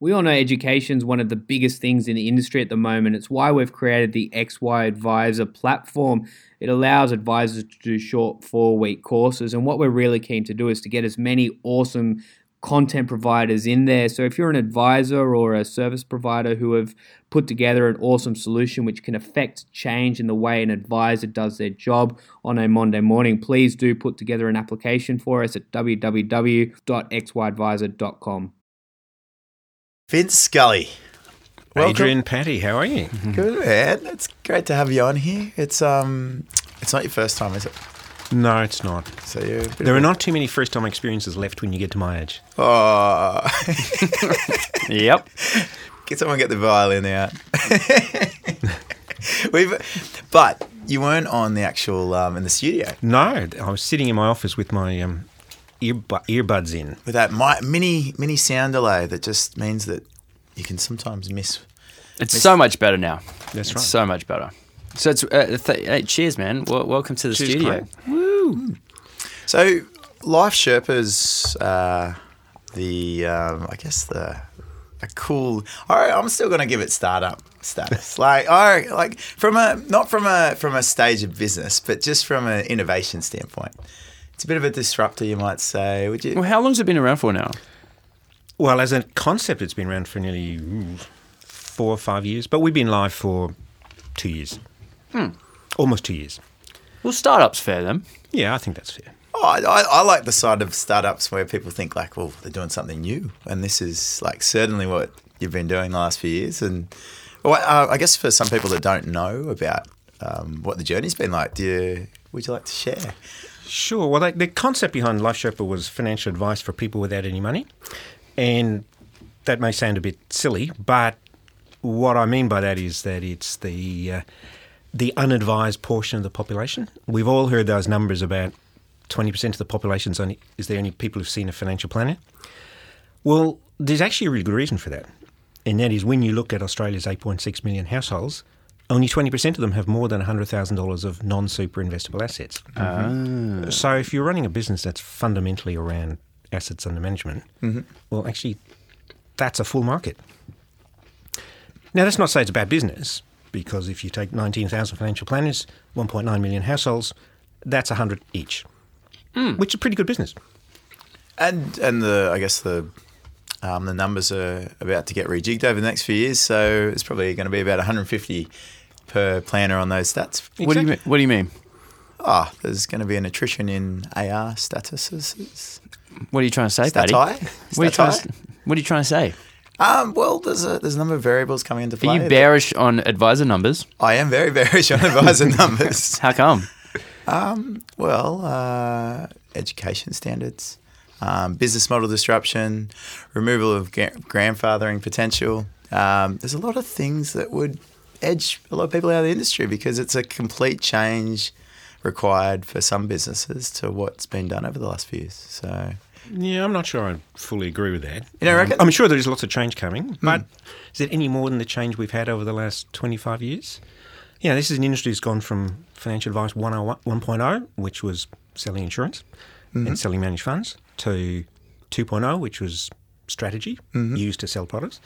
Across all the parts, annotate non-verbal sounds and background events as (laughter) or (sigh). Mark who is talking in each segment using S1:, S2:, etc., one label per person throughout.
S1: We all know education's one of the biggest things in the industry at the moment. It's why we've created the XY Advisor platform. It allows advisors to do short four week courses. And what we're really keen to do is to get as many awesome content providers in there. So if you're an advisor or a service provider who have put together an awesome solution which can affect change in the way an advisor does their job on a Monday morning, please do put together an application for us at www.xyadvisor.com.
S2: Vince Scully. Welcome.
S3: Adrian, Patty, how are you?
S2: Good man. It's great to have you on here. It's um it's not your first time, is it?
S3: (laughs) No, it's not.
S2: So you're a bit
S3: There
S2: of
S3: are
S2: a-
S3: not too many first time experiences left when you get to my age.
S2: (laughs) Oh
S4: Yep.
S2: Can someone get the violin out? (laughs) We've, but you weren't on the actual um, in the studio
S3: No, I was sitting in my office with my um, earbu- earbuds in.
S2: with that mi- mini mini sound delay that just means that you can sometimes miss.
S4: It's so much better now.
S3: That's
S4: it's
S3: right.
S4: So much better. So it's uh, th- hey, cheers, man. W- welcome to the
S3: Cheers,
S4: studio.
S3: Clayton.
S2: So Life Sherpa's uh, the um, I guess the a cool. All right, I'm still gonna give it startup status. like all right, like from a not from a from a stage of business, but just from an innovation standpoint. It's a bit of a disruptor, you might say. Would you?
S4: Well, how long's it been around for now?
S3: Well, as a concept, it's been around for nearly ooh, four or five years, but we've been live for two years. Hmm. Almost two years.
S4: Well, startups fair them.
S3: Yeah, I think that's fair.
S2: Oh, I, I I like the side of startups where people think like, well, they're doing something new, and this is like certainly what you've been doing the last few years. And well, uh, I guess for some people that don't know about um, what the journey's been like, do you, would you like to share?
S3: Sure. Well, the, the concept behind Life Sherpa was financial advice for people without any money. And that may sound a bit silly, but what I mean by that is that it's the uh, the unadvised portion of the population. We've all heard those numbers about 20% of the population's only is there only people who've seen a financial planner. Well, there's actually a really good reason for that. And that is when you look at Australia's 8.6 million households, only 20% of them have more than $100,000 of non super investable assets. So if you're running a business that's fundamentally around assets under management, well, actually, that's a full market. Now, that's not to say it's a bad business, because if you take 19,000 financial planners, 1.9 million households, that's 100 each, which is a pretty good business.
S2: And and the I guess the um, the numbers are about to get rejigged over the next few years, so it's probably going to be about 150 per planner on those stats.
S4: What do you mean?
S3: Exactly.
S4: What do you mean?
S2: Ah, there's going to be an attrition in AR statuses.
S4: What are you trying to say,
S2: Stat
S4: Patty?
S2: high?
S4: What are you
S2: Stat
S4: trying?
S2: high?
S4: To, what are you trying to say?
S2: Um, well, there's a there's a number of variables coming into play.
S4: Are you bearish on advisor numbers?
S2: I am very bearish on advisor numbers. (laughs)
S4: How come?
S2: Well, uh, education standards, um, business model disruption, removal of ga- grandfathering potential. Um, there's a lot of things that would edge a lot of people out of the industry because it's a complete change required for some businesses to what's been done over the last few years. So, (laughs)
S3: Yeah, I'm not sure I fully agree with that.
S2: You don't
S3: Um,
S2: reckon? Hmm.
S3: I'm sure there is lots of change coming, but is it any more than the change we've had over the last 25 years? Yeah, this is an industry that's gone from financial advice 101 1.0, which was selling insurance
S2: Mm-hmm.
S3: and selling managed funds, to 2.0, which was strategy
S2: Mm-hmm.
S3: used to sell products.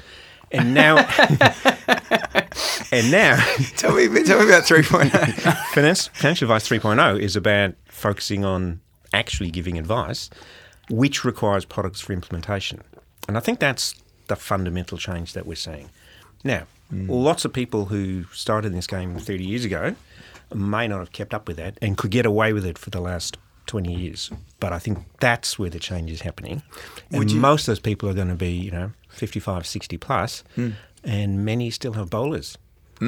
S3: And now, (laughs) and now,
S2: tell me, tell me about oh. 3.0.
S3: Finance, financial advice 3.0 is about focusing on actually giving advice, which requires products for implementation. And I think that's the fundamental change that we're seeing. Now,
S4: Mm.
S3: lots of people who started this game 30 years ago may not have kept up with that and could get away with it for the last 20 years. But I think that's where the change is happening. And most of those people are going to be, you know, 55, 60 plus,
S4: Hmm.
S3: and many still have bowlers. So,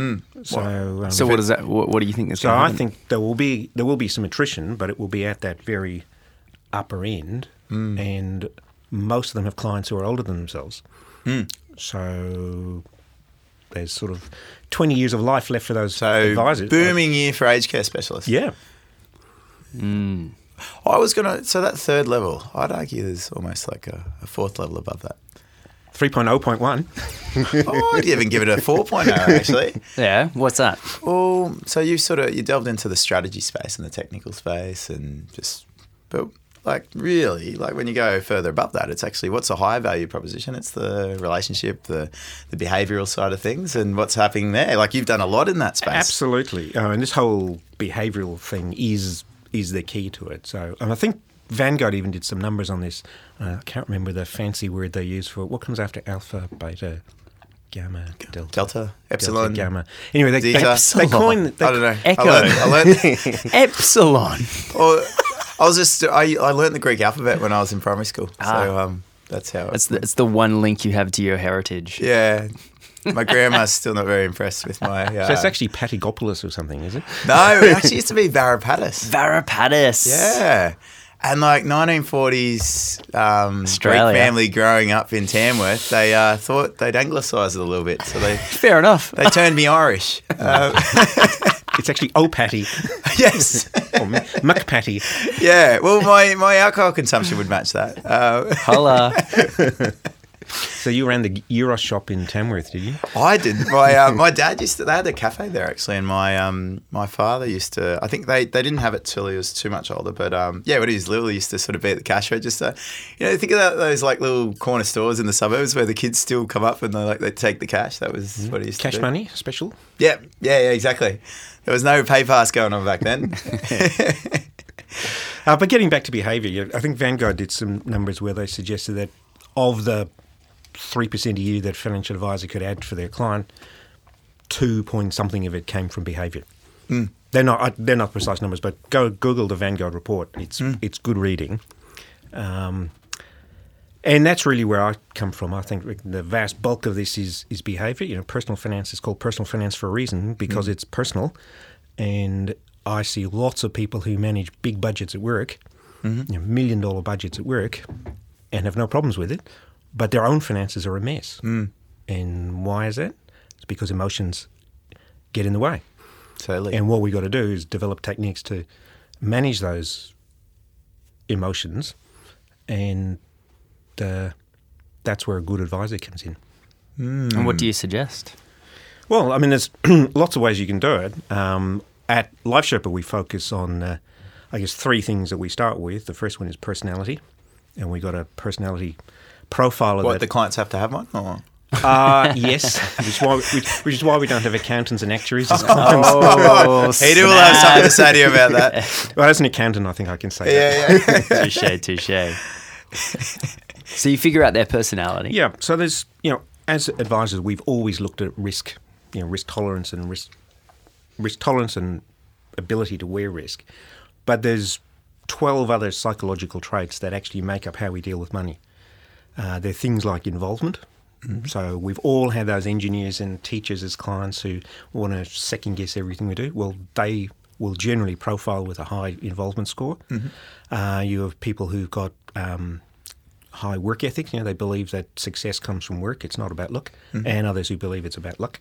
S3: um,
S4: So what is that? What, what do you think that's
S3: so
S4: going to
S3: I
S4: happen?
S3: think there will be there will be some attrition, but it will be at that very upper end,
S2: Mm.
S3: and most of them have clients who are older than themselves.
S2: Hmm.
S3: So there's sort of twenty years of life left for those
S2: so,
S3: advisors. Uh,
S2: booming year for aged care specialists.
S3: yeah.
S2: I was gonna. So that third level, I'd argue there's almost like a, a fourth level above that.
S3: 3.0.1.
S2: Oh, I'd even give it a 4.0 actually.
S4: yeah.
S2: (laughs)
S4: What's that?
S2: Well, so you sort of you delved into the strategy space and the technical space and just. But like really like when you go further above that it's actually what's a high value proposition it's the relationship the the behavioral side of things and what's happening there like you've done a lot in that space
S3: Absolutely. Uh, and this whole behavioural thing is is the key to it. So, and I think Vanguard even did some numbers on this. Uh, I can't remember the fancy word they use for it. What comes after alpha, beta, gamma, delta,
S2: delta epsilon
S3: gamma? Anyway, they, they,
S2: zeta
S3: they coined. They,
S2: i don't know
S4: Echo.
S2: i learned, I learned
S4: Epsilon.
S2: or, i was just I, I learned the greek alphabet when i was in primary school
S3: Ah.
S2: so um that's how
S4: It's the, it's the one link you have to your heritage.
S2: yeah my grandma's still not very impressed with my uh,
S3: So it's actually Patigopoulos or something, is it?
S2: no it actually used to be varipatis
S4: Varipatis.
S2: Yeah. And like 1940s um, Greek
S4: Australia.
S2: family growing up in Tamworth, they uh, thought they'd anglicise it a little bit. So they,
S4: Fair enough.
S2: they turned me Irish. (laughs) Uh,
S3: It's actually O Patty (laughs)
S2: yes.
S3: or M- Muck Patty.
S2: Yeah. Well, my, my alcohol consumption would match that. Uh, (laughs)
S4: Holla.
S3: So you ran the Euros shop in Tamworth, did you?
S2: I did. My uh, my dad used to. They had a cafe there actually, and my um my father used to. I think they, they didn't have it till he was too much older, but um yeah, when he was little, he used to sort of be at the cash register. You know, think about those like little corner stores in the suburbs where the kids still come up and they like they take the cash. That was what he used to
S3: Mm-hmm. Cash
S2: do.
S3: money special.
S2: Yeah, yeah, yeah, exactly. There was no pay pass going on back
S3: (laughs)
S2: then. (laughs)
S3: Uh, but getting back to behaviour, I think Vanguard did some numbers where they suggested that of the three percent a year that financial advisor could add for their client, two point something of it came from behaviour.
S2: Hmm.
S3: They're not I- they're not precise numbers, but go Google the Vanguard report. It's
S2: Hmm.
S3: it's good reading. Um, and that's really where I come from. I think the vast bulk of this is is behaviour. You know, personal finance is called personal finance for a reason because it's personal, and I see lots of people who manage big budgets at work, you know, million dollar budgets at work, and have no problems with it, but their own finances are a mess. And why is that? It's because emotions get in the way.
S2: totally.
S3: And what we got to do is develop techniques to manage those emotions, and uh, that's where a good advisor comes in.
S4: And
S2: Hmm.
S4: what do you suggest?
S3: Well, I mean, there's (clears throat) lots of ways you can do it. Um, at Life Sherpa, we focus on, uh, I guess, three things that we start with. The first one is personality, and we got a personality profiler.
S2: what
S3: that,
S2: the clients have to have one, or (laughs)
S3: uh, yes, which is why which, which is why we don't have accountants
S2: (laughs)
S3: and actuaries. as clients.
S4: (laughs) Oh,
S2: he do will have something to say to you about
S3: (laughs)
S2: that.
S3: well, as an accountant, I think I can say that.
S2: yeah, yeah.
S4: touche, touche. (laughs) so you figure out their personality.
S3: Yeah. So there's, you know, as advisors, we've always looked at risk, you know, risk tolerance and risk, risk tolerance and ability to wear risk. But there's 12 other psychological traits that actually make up how we deal with money. Uh, they're things like involvement. So we've all had those engineers and teachers as clients who want to second guess everything we do. Well, they will generally profile with a high involvement score. Uh, you have people who've got um, high work ethic. You know, they believe that success comes from work. It's not about luck. And others who believe it's about luck.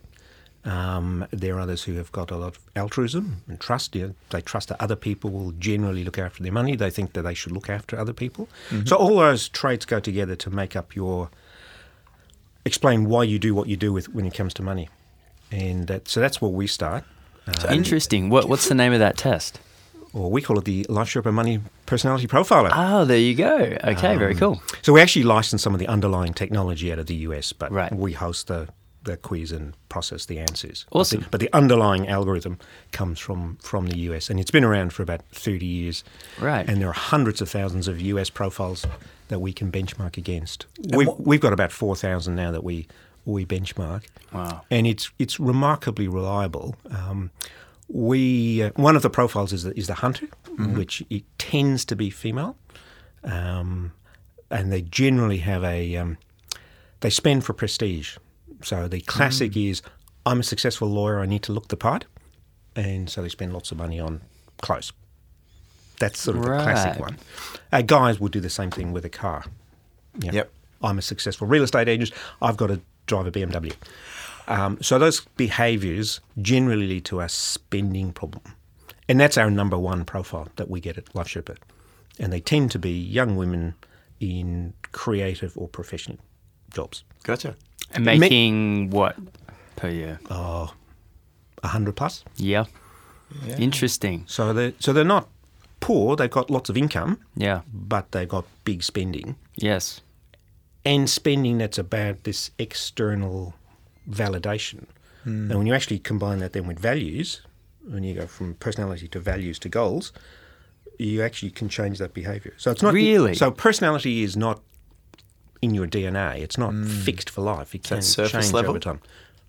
S3: Um, there are others who have got a lot of altruism and trust. You know, they trust that other people will generally look after their money. They think that they should look after other people. So all those traits go together to make up your explain why you do what you do with when it comes to money. And that, so that's where we start,
S4: Interesting. What, what's the name of that test?
S3: or we call it the Life Sherpa Money Personality Profiler.
S4: Oh, there you go. Okay, very cool.
S3: So we actually license some of the underlying technology out of the US, but
S4: Right.
S3: we host the, the quiz and process the answers.
S4: Awesome.
S3: But the, but the underlying algorithm comes from, from the US, and it's been around for about 30 years.
S4: Right.
S3: And there are hundreds of thousands of US profiles that we can benchmark against. We've, we've got about 4,000 now that we, we benchmark.
S4: Wow.
S3: And it's, it's remarkably reliable. Um, we, uh, one of the profiles is the, is the hunter,
S4: Mm-hmm.
S3: which it tends to be female um, and they generally have a um, they spend for prestige. So the classic is I'm a successful lawyer, I need to look the part, and so they spend lots of money on clothes. That's sort of the classic
S4: Right.
S3: one. Uh, guys will do the same thing with a car. Yeah.
S2: Yep.
S3: I'm a successful real estate agent. I've got to drive a BMW. Um, so those behaviours generally lead to a spending problem, and that's our number one profile that we get at Life Sherpa, and they tend to be young women in creative or professional jobs,
S2: Gotcha.
S4: And making what per year?
S3: hundred plus.
S4: Yeah. Interesting.
S3: So they so they're not poor, they've got lots of income,
S4: Yeah.
S3: but they've got big spending.
S4: Yes.
S3: and spending that's about this external validation.
S2: Hmm.
S3: And when you actually combine that then with values, when you go from personality to values to goals, you actually can change that behavior. So it's not
S4: Really?
S3: So personality is not in your DNA. It's not fixed for life. It can
S2: Hmm. that surface
S3: change
S2: level?
S3: over time.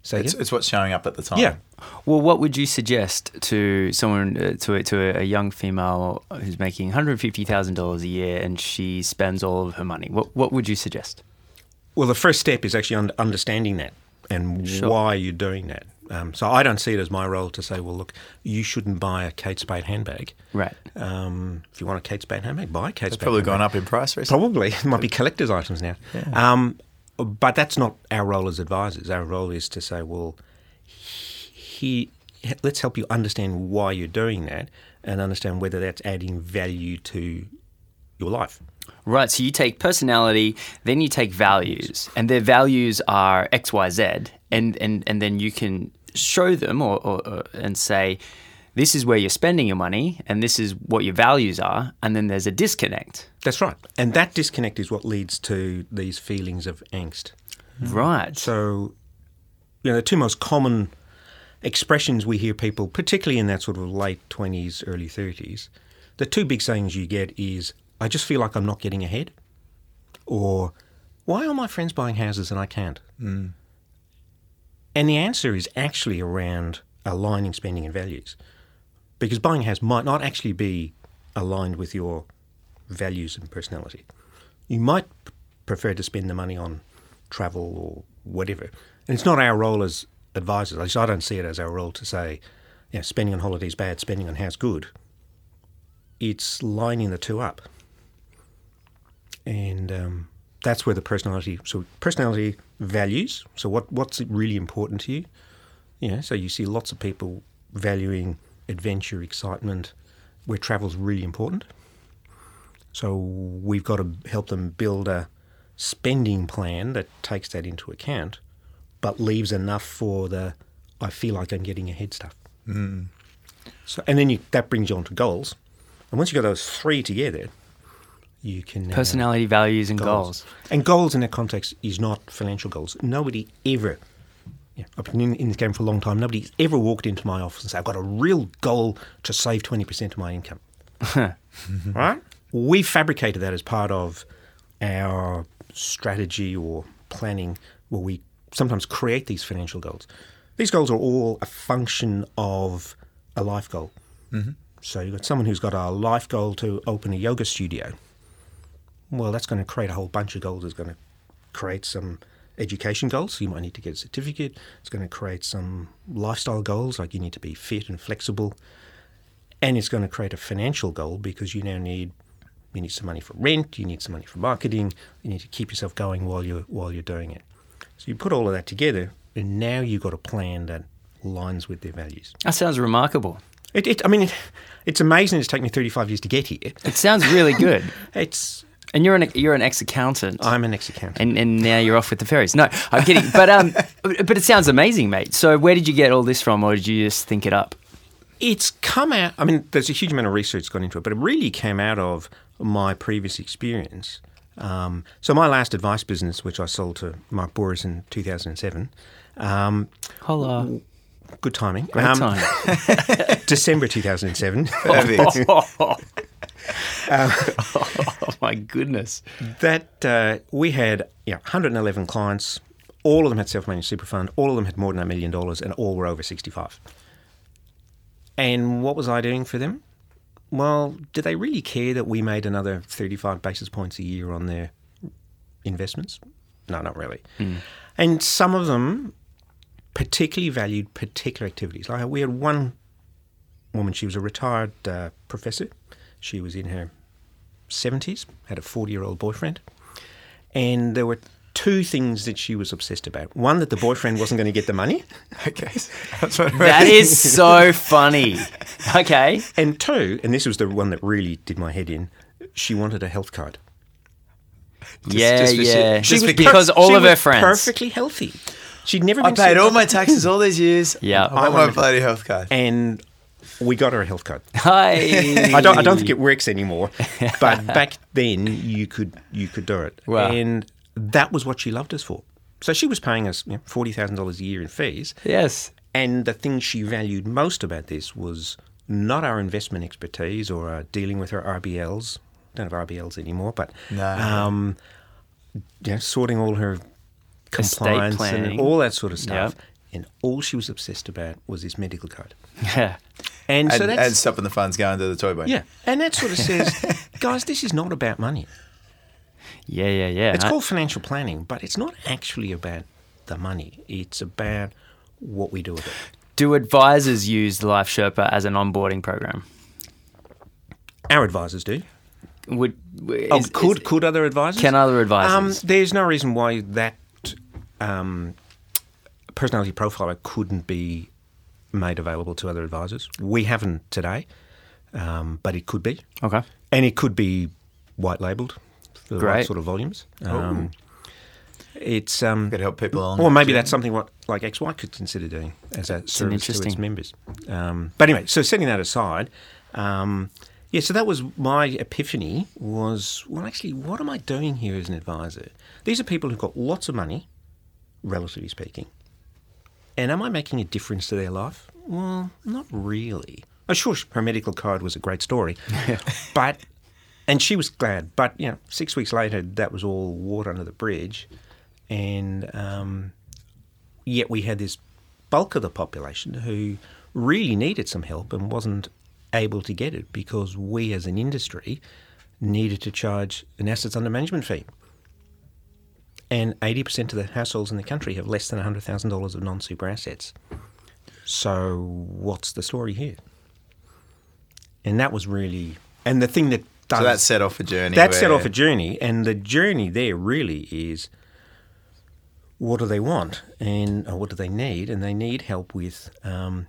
S3: So
S2: It's, it's what's showing up at the time.
S3: yeah,
S4: Well, what would you suggest to someone, uh, to, a- to a, a young female who's making $150,000 a year and she spends all of her money? What, what would you suggest?
S3: Well, the first step is actually un- understanding that and why you're doing that. Um, so I don't see it as my role to say, well, look, you shouldn't buy a Kate Spade handbag.
S4: Right.
S3: Um, if you want a Kate Spade handbag, buy a Kate Spade.
S2: Probably
S3: handbag.
S2: gone up in price recently.
S3: Probably. (laughs) It might be collector's items now. Um, but that's not our role as advisors. Our role is to say, well, he, let's help you understand why you're doing that and understand whether that's adding value to your life.
S4: Right. So you take personality, then you take values, and their values are X, Y, Z, and and and then you can show them or, or, or and say, this is where you're spending your money, and this is what your values are, and then there's a disconnect.
S3: That's right. And that disconnect is what leads to these feelings of angst.
S4: Right.
S3: Mm-hmm. So, you know, the two most common expressions we hear people, particularly in that sort of late 20s, early 30s, the two big sayings you get is, I just feel like I'm not getting ahead, or why are my friends buying houses and I can't? And the answer is actually around aligning spending and values. Because buying a house might not actually be aligned with your values and personality. You might p- prefer to spend the money on travel or whatever. And it's not our role as advisors. At least I don't see it as our role to say, you know, spending on holidays bad, spending on house good. It's lining the two up. And um, that's where the personality, so personality values. So what, what's really important to you? You know, so you see lots of people valuing adventure, excitement, where travel's really important. So we've got to help them build a spending plan that takes that into account, but leaves enough for the I feel like I'm getting ahead stuff. Mm. So and then you, that brings you on to goals, and once you have got those three together, you can uh, now-
S4: Personality, values, and goals.
S3: and goals in that context is not financial goals. Nobody ever, yeah, I've been in, in this game for a long time, nobody's ever walked into my office and said, I've got a real goal to save 20% of my income. right? We fabricated that as part of our strategy or planning where we sometimes create these financial goals. These goals are all a function of a life goal. So you've got someone who's got a life goal to open a yoga studio well, that's going to create a whole bunch of goals. It's going to create some education goals. So you might need to get a certificate. It's going to create some lifestyle goals, like you need to be fit and flexible. And it's going to create a financial goal because you now need you need some money for rent. You need some money for marketing. You need to keep yourself going while you're while you're doing it. So you put all of that together, and now you've got a plan that aligns with their values.
S4: That sounds remarkable.
S3: It, it I mean, (laughs) it, it's amazing. It's taken me 35 years to get here.
S4: It sounds
S3: (laughs)
S4: really good.
S3: It's
S4: and you're an you're an ex accountant.
S3: I'm an ex-accountant.
S4: and, and now you're off with the ferries. No,
S3: (laughs)
S4: I'm kidding. But um, but it sounds amazing, mate. So where did you get all this from, or did you just think it up?
S3: it's come out. I mean, there's a huge amount of research gone into it, but it really came out of my previous experience. Um, so my last advice business, which I sold to Mark Boris in 2007, um,
S4: Holla.
S3: good timing.
S4: Great
S3: Um,
S4: time.
S3: (laughs) December 2007. (laughs)
S2: Perfect.
S4: Oh my goodness.
S3: that uh, we had yeah, 111 clients. All of them had self-managed super fund. All of them had more than a million dollars, and all were over 65. And what was I doing for them? Well, do they really care that we made another 35 basis points a year on their investments? No, not really. And some of them particularly valued particular activities. Like we had one woman, she was a retired uh, professor. She was in her 70s, had a 40 year old boyfriend. And there were two things that she was obsessed about one, that the boyfriend wasn't going to get the money,
S2: (laughs) okay. That's what
S4: That is so funny. (laughs) Okay.
S3: and two, and this was the one that really did my head in, she wanted a health card.
S4: yeah,
S2: just for shit.
S4: yeah.
S2: She was
S4: because,
S2: per-
S4: all
S3: She
S4: of her
S3: was
S4: friends.
S3: Perfectly healthy. She'd
S2: (laughs)
S3: never
S2: I
S3: been sick.
S2: paid all my taxes all these years.
S4: Yeah.
S2: I want my bloody health card.
S3: And we got her a health code.
S4: (laughs) Hi.
S3: I don't, I don't think it works anymore,
S4: (laughs)
S3: but back then you could you could do it,
S4: Wow.
S3: and that was what she loved us for. So she was paying us you know, forty thousand dollars a year in fees,
S4: Yes.
S3: and the thing she valued most about this was not our investment expertise or our dealing with her RBLs. Don't have RBLs anymore, but
S2: No.
S3: um, you know, sorting all her compliance
S4: planning.
S3: and all that sort of stuff.
S4: Yep.
S3: And all she was obsessed about was this medical code.
S4: Yeah.
S3: And,
S2: And,
S3: so that's
S2: and stopping the funds going to the toy bin.
S3: yeah, and that
S2: (laughs)
S3: sort of says, guys, this is not about money.
S4: Yeah, yeah, yeah. Uh,
S3: It's
S4: I-
S3: called financial planning, but it's not actually about the money. It's about what we do with it.
S4: Do advisors use the Life Sherpa as an onboarding program?
S3: Our advisors do.
S4: Would
S3: Oh,
S4: is-
S3: could
S4: is-
S3: could other advisors?
S4: Can other advisors?
S3: Um, there's no reason why that um, personality profiler couldn't be made available to other advisors. We haven't today, um, but it could be,
S4: okay.
S3: and it could be white labelled for the right
S4: Great.
S3: sort of volumes. Um, it's um,
S2: Could help people along.
S3: Or maybe that's something what like XY could consider doing as a
S4: an
S3: service to its
S4: interesting-
S3: members. Um, but anyway, so setting that aside, um, yeah. So that was my epiphany was well, actually, what am I doing here as an advisor? These are people who've got lots of money, relatively speaking, and am I making a difference to their life? Well, not really. Oh, sure, her medical card was a great
S4: (laughs)
S3: story, but and she was glad. But you know, six weeks later, that was all water under the bridge, and um, yet we had this bulk of the population who really needed some help and wasn't able to get it because we, as an industry, needed to charge an assets under management fee. And 80% of the households in the country have less than $100,000 of non super assets. So, what's the story here? And that was really, and the thing that does.
S2: So that set off a journey.
S3: That set
S2: where-
S3: off a journey, and the journey there really is what do they want and or what do they need, and they need help with um,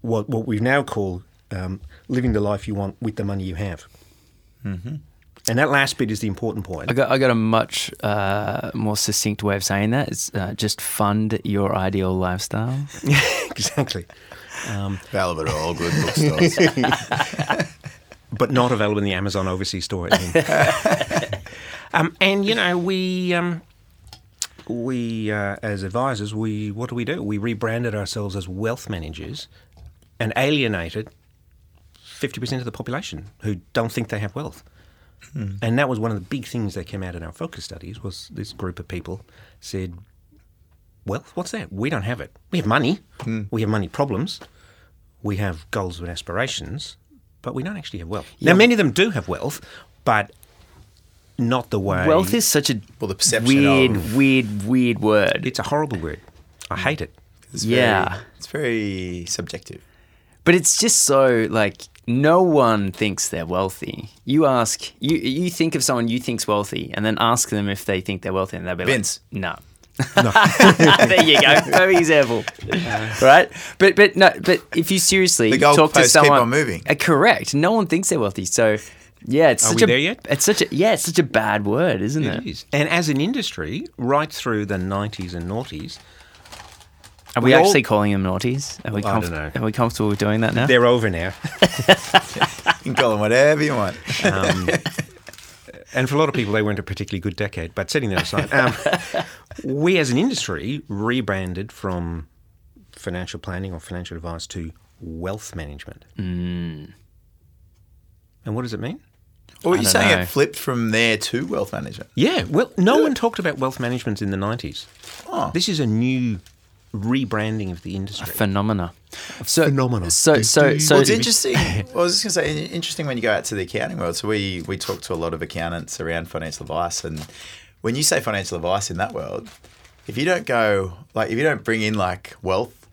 S3: what what we now call um, living the life you want with the money you have. Mm-hmm. And that last bit is the important point.
S4: I got, I got a much uh, more succinct way of saying that. It's uh, just fund your ideal lifestyle.
S3: (laughs) exactly,
S2: Available at all good (laughs) bookstores.
S3: but not available in the Amazon overseas store. I mean. (laughs) um, and you know we. Um, we, uh, as advisors, we what do we do? We rebranded ourselves as wealth managers, and alienated fifty percent of the population who don't think they have wealth.
S4: Hmm.
S3: And that was one of the big things that came out in our focus studies was this group of people said, "Wealth? What's that? We don't have it. We have money.
S4: Hmm.
S3: We have money problems. We have goals and aspirations, but we don't actually have wealth." Now, many of them do have wealth, but not the way
S4: Wealth is such a
S2: Well, the perception
S4: weird,
S2: of-
S4: weird, weird word.
S3: It's a horrible word. I hate it.
S2: It's
S4: Yeah.
S2: Very, it's very subjective.
S4: But it's just so like no one thinks they're wealthy. You ask you you think of someone you think's wealthy, and then ask them if they think they're wealthy, and they'll be
S2: Vince. (laughs)
S4: like, "No." (laughs) there you go. Perfect example,
S3: Uh,
S4: right? But but no. But if you seriously
S2: The
S4: talk to
S2: goalposts keep
S4: someone,
S2: on moving.
S4: Uh, correct. No one thinks they're wealthy. So yeah, it's
S3: Are
S4: such
S3: we
S4: a
S3: there yet?
S4: it's such a yeah, it's such a bad word, isn't it?
S3: It is. And as an industry, right through the 90s and noughties,
S4: Are we,
S3: We all-
S4: actually calling them naughties? Are we
S3: I don't
S4: comf-
S3: know.
S4: are we comfortable with doing that now?
S3: they're over now. (laughs)
S2: You can call them whatever you want.
S3: and for a lot of people, they weren't a particularly good decade. But setting that aside,
S4: (laughs)
S3: um, we as an industry rebranded from financial planning or financial advice to wealth management.
S4: Mm.
S3: And what does it mean?
S2: Or you're
S4: don't
S2: saying
S4: know.
S2: it flipped from there to wealth management?
S3: Yeah, well, no one talked about wealth management in the 90s.
S2: Oh.
S3: This is a new rebranding of the industry.
S4: Phenomena. So,
S3: Phenomena.
S4: So so so
S2: Well, it's interesting. well, I was just going to say, in- interesting when you go out to the accounting world. So we we talk to a lot of accountants around financial advice, and when you say financial advice in that world, if you don't go like if you don't bring in like wealth,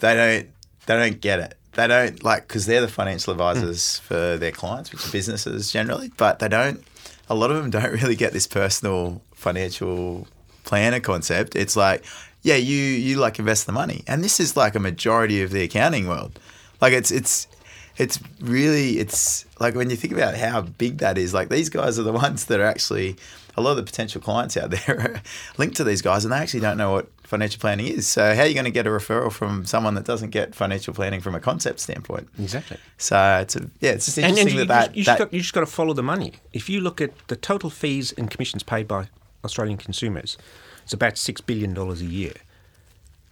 S2: they don't they don't get it. They don't like because they're the financial advisors for their clients, which are businesses generally, but they don't. A lot of them don't (laughs) really get this personal financial planner concept. It's like, yeah, you you like invest the money, and this is like a majority of the accounting world. Like it's it's it's really it's like when you think about how big that is. Like these guys are the ones that are actually a lot of the potential clients out there are (laughs) linked to these guys and they actually don't know what financial planning is. So, how are you going to get a referral from someone that doesn't get financial planning from a concept standpoint?
S3: Exactly.
S2: So, it's a, yeah, it's just
S3: And,
S2: interesting
S3: and you,
S2: that,
S3: just,
S2: that,
S3: you, just got, you just got to follow the money. If you look at the total fees and commissions paid by Australian consumers, it's about $6 billion a year.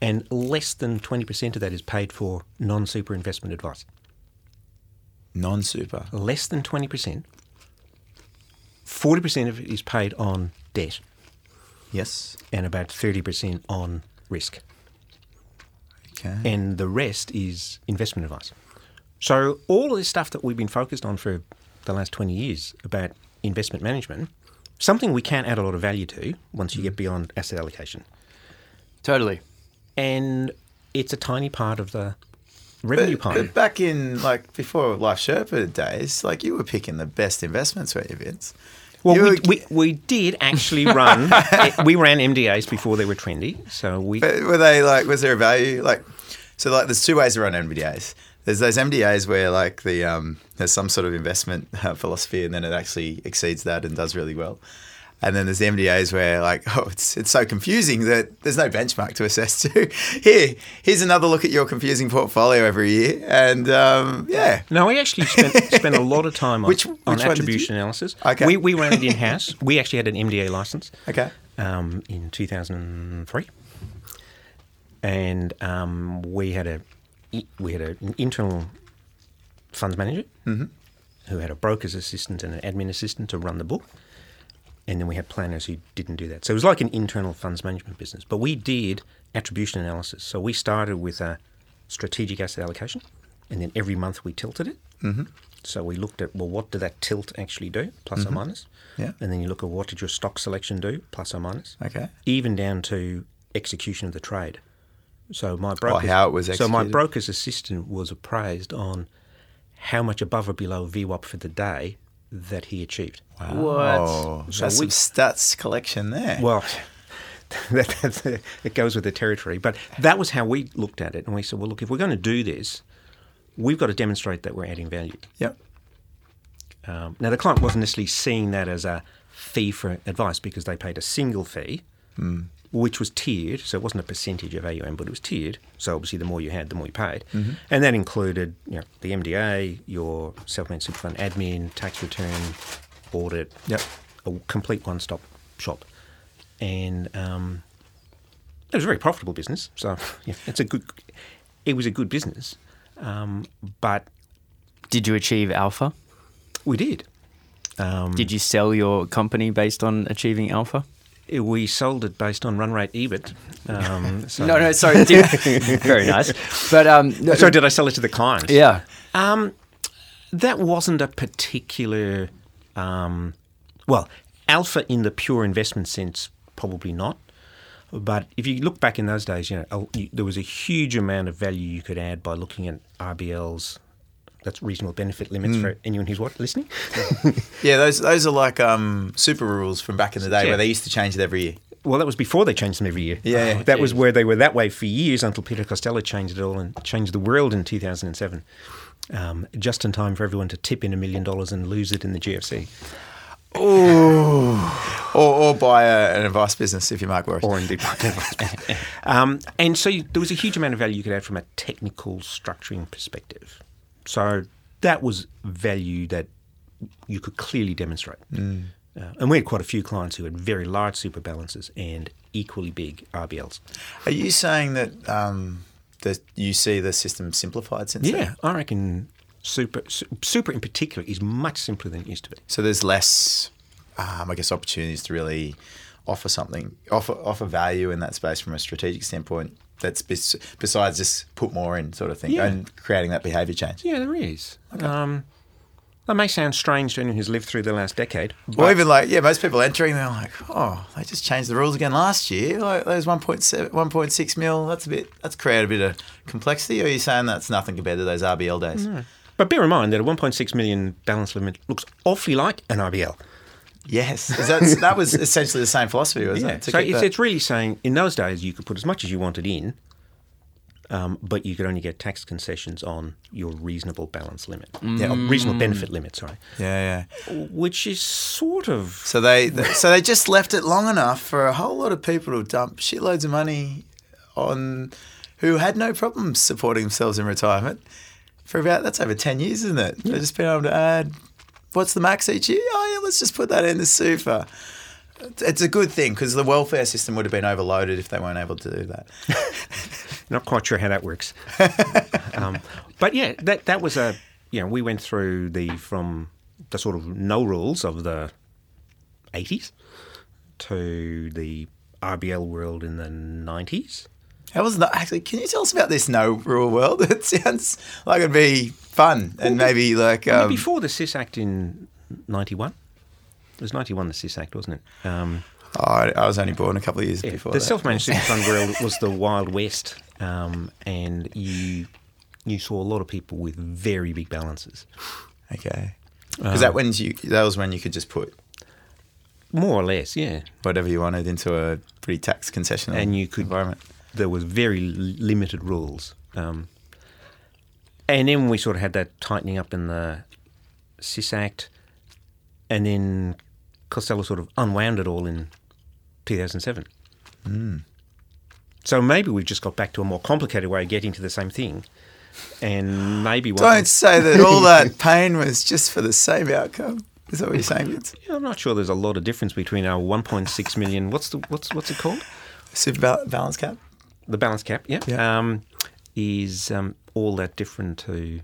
S3: And less than 20% of that is paid for non super investment advice.
S2: non super.
S3: Less than 20%. 40% of it is paid on debt
S2: Yes.
S3: and about 30% on risk.
S2: Okay.
S3: and the rest is investment advice. So all of this stuff that we've been focused on for the last 20 years about investment management, something we can add a lot of value to once
S2: Mm.
S3: you get beyond asset allocation.
S4: Totally.
S3: And it's a tiny part of the revenue
S2: But-
S3: pie.
S2: But back in like before Life Sherpa days, like you were picking the best investments, weren't you, Vince?
S3: Well,
S2: You
S3: we,
S2: were-
S3: we, we did
S2: (laughs)
S3: actually run, eh, we ran MDAs before they were trendy. So we,
S2: But Uh, were they like? Was there a value? Like, so like, there's two ways to run MDAs. There's those MDAs where like the um, there's some sort of investment uh, philosophy, and then it actually exceeds that and does really well. And then there's the MDAs where like, (laughs) oh, it's it's so confusing that there's no benchmark to assess to. (laughs) Here, here's another look at your confusing portfolio every year, and um, yeah,
S3: No, we actually spent, spent a lot of
S2: (laughs)
S3: time on,
S2: Which-
S3: on
S2: which one did you-
S3: attribution analysis.
S2: Okay.
S3: We, we ran it in house. We actually had an MDA license.
S2: okay,
S3: um, in 2003, and um, we had a we had an internal funds manager who had a broker's assistant and an admin assistant to run the book, and then we had planners who didn't do that. So it was like an internal funds management business, but we did attribution analysis. So we started with a strategic asset allocation, and then every month we tilted it. Mm-hmm. So we looked at well, what did that tilt actually do, plus or minus?
S2: Yeah.
S3: And then you look at what did your stock selection do, plus or minus?
S2: Okay.
S3: Even down to execution of the trade. So my
S2: Or
S3: broker,
S2: how it was
S3: So my
S2: executed.
S3: broker's assistant was appraised on how much above or below VWAP for the day that he achieved.
S2: oh,
S3: So
S2: that's
S3: we-
S2: some stats collection there.
S3: Well, (laughs) that, that's, it goes with the territory. But that was how we looked at it, and we said, well, look, if we're going to do this, we've got to demonstrate that we're adding value.
S2: yep.
S3: Um, now, the client wasn't necessarily seeing that as a fee for advice because they paid a single fee, which was tiered. So it wasn't a percentage of AUM, but it was tiered. So obviously, the more you had, the more you paid. And that included you know, the MDA, your self managed super fund admin, tax return, audit,
S2: Yep.
S3: a complete one stop shop. And um, it was a very profitable business. So (laughs) yeah, it's a good, it was a good business. Um, but
S4: Did you achieve alpha?
S3: we did.
S4: Did you sell your company based on achieving alpha?
S3: Eh, We sold it based on run rate EBIT.
S4: (laughs)
S3: Um, so,
S4: No, no, sorry. Did, very nice. But um, no-
S3: So did I sell it to the client? Um,
S4: yeah,
S3: That wasn't a particular. Um, well, alpha in the pure investment sense, probably not. But if you look back in those days, you know, oh, you- there was a huge amount of value you could add by looking at RBLs. That's reasonable benefit limits
S4: Hmm.
S3: for anyone who's what listening.
S2: Yeah, those those are like um, super rules from back in the day
S3: Yeah.
S2: where they used to change it every year.
S3: Well, that was before they changed them every year.
S2: Yeah, yeah.
S3: that was where they were that way for years until Peter Costello changed it all and changed the world in 2007, um, just in time for everyone to tip in a million dollars and lose it in the GFC
S2: Or, or buy a, an advice business if you're Mark Morris.
S3: or indeed. (laughs) um, and so you- there was a huge amount of value you could add from a technical structuring perspective. So that was value that you could clearly demonstrate. Uh, and we had quite a few clients who had very large super balances and equally big RBLs.
S2: Are you saying that um, that you see the system simplified since
S3: Yeah,
S2: then?
S3: I reckon super su- super in particular is much simpler than it used to be.
S2: So there's less, um, I guess, opportunities to really offer something, offer offer value in that space from a strategic standpoint. That's bes- besides just put more in sort of thing
S3: Yeah.
S2: and creating that behaviour change.
S3: Yeah, there is. Um, that may sound strange to anyone who's lived through the last decade.
S2: Or
S3: but-
S2: even like, yeah, most people entering, they're like, oh, they just changed the rules again last year. Like those 1.7, 1.6 mil, that's a bit, that's created a bit of complexity. Or are you saying that's nothing compared to those RBL days?
S3: but bear in mind that a 1.6 million balance limit looks awfully like an IBL.
S2: Yes. Is that, that was essentially the same philosophy, wasn't
S3: Yeah.
S2: it? To
S3: So
S2: keep
S3: it's,
S2: that-
S3: it's really saying in those days you could put as much as you wanted in um, but you could only get tax concessions on your reasonable balance limit, yeah. reasonable benefit limit. Sorry,
S2: Yeah, yeah.
S3: which is sort of
S2: So they, th so they just left it long enough for a whole lot of people to dump shitloads of money on who had no problem supporting themselves in retirement for about that's over ten years, isn't it? They've just been able to add what's the max each year? Oh yeah, let's just put that in the super. It's a good thing because the welfare system would have been overloaded if they weren't able to do that.
S3: (laughs) Not quite sure how
S2: (laughs)
S3: that works. um, but yeah, that that was a you know we went through the from the sort of no rules of the 80s to the RBL world in the 90s.
S2: That was not actually. Can you tell us about this no rule world? (laughs) It sounds like it'd be fun and maybe like
S3: I mean,
S2: um,
S3: before the CIS Act in 91. It was 91 the CIS Act, wasn't it? Um,
S2: oh, I I was only born a couple of years
S3: yeah,
S2: before.
S3: the
S2: that. (laughs)
S3: self-managed super fund world was the wild west um, and you you saw a lot of people with very big balances.
S2: Okay.
S3: Um,
S2: Because that when you that was when you could just put
S3: More or less, yeah.
S2: whatever you wanted into a pretty tax concessional
S3: and you could
S2: Um, environment.
S3: There was very l- limited rules, um, and then we sort of had that tightening up in the CIS Act, and then Costello sort of unwound it all in 2007.
S2: Hmm.
S3: So maybe we've just got back to a more complicated way of getting to the same thing, and maybe what
S2: Don't say that
S3: (laughs)
S2: all that pain was just for the same outcome. Is that what you're saying? It's
S3: I'm not sure. There's a lot of difference between our 1.6 million. What's the what's what's it called?
S2: super bal- balance cap.
S3: the balance cap, yeah,
S2: Yeah.
S3: Um, is um, all that different to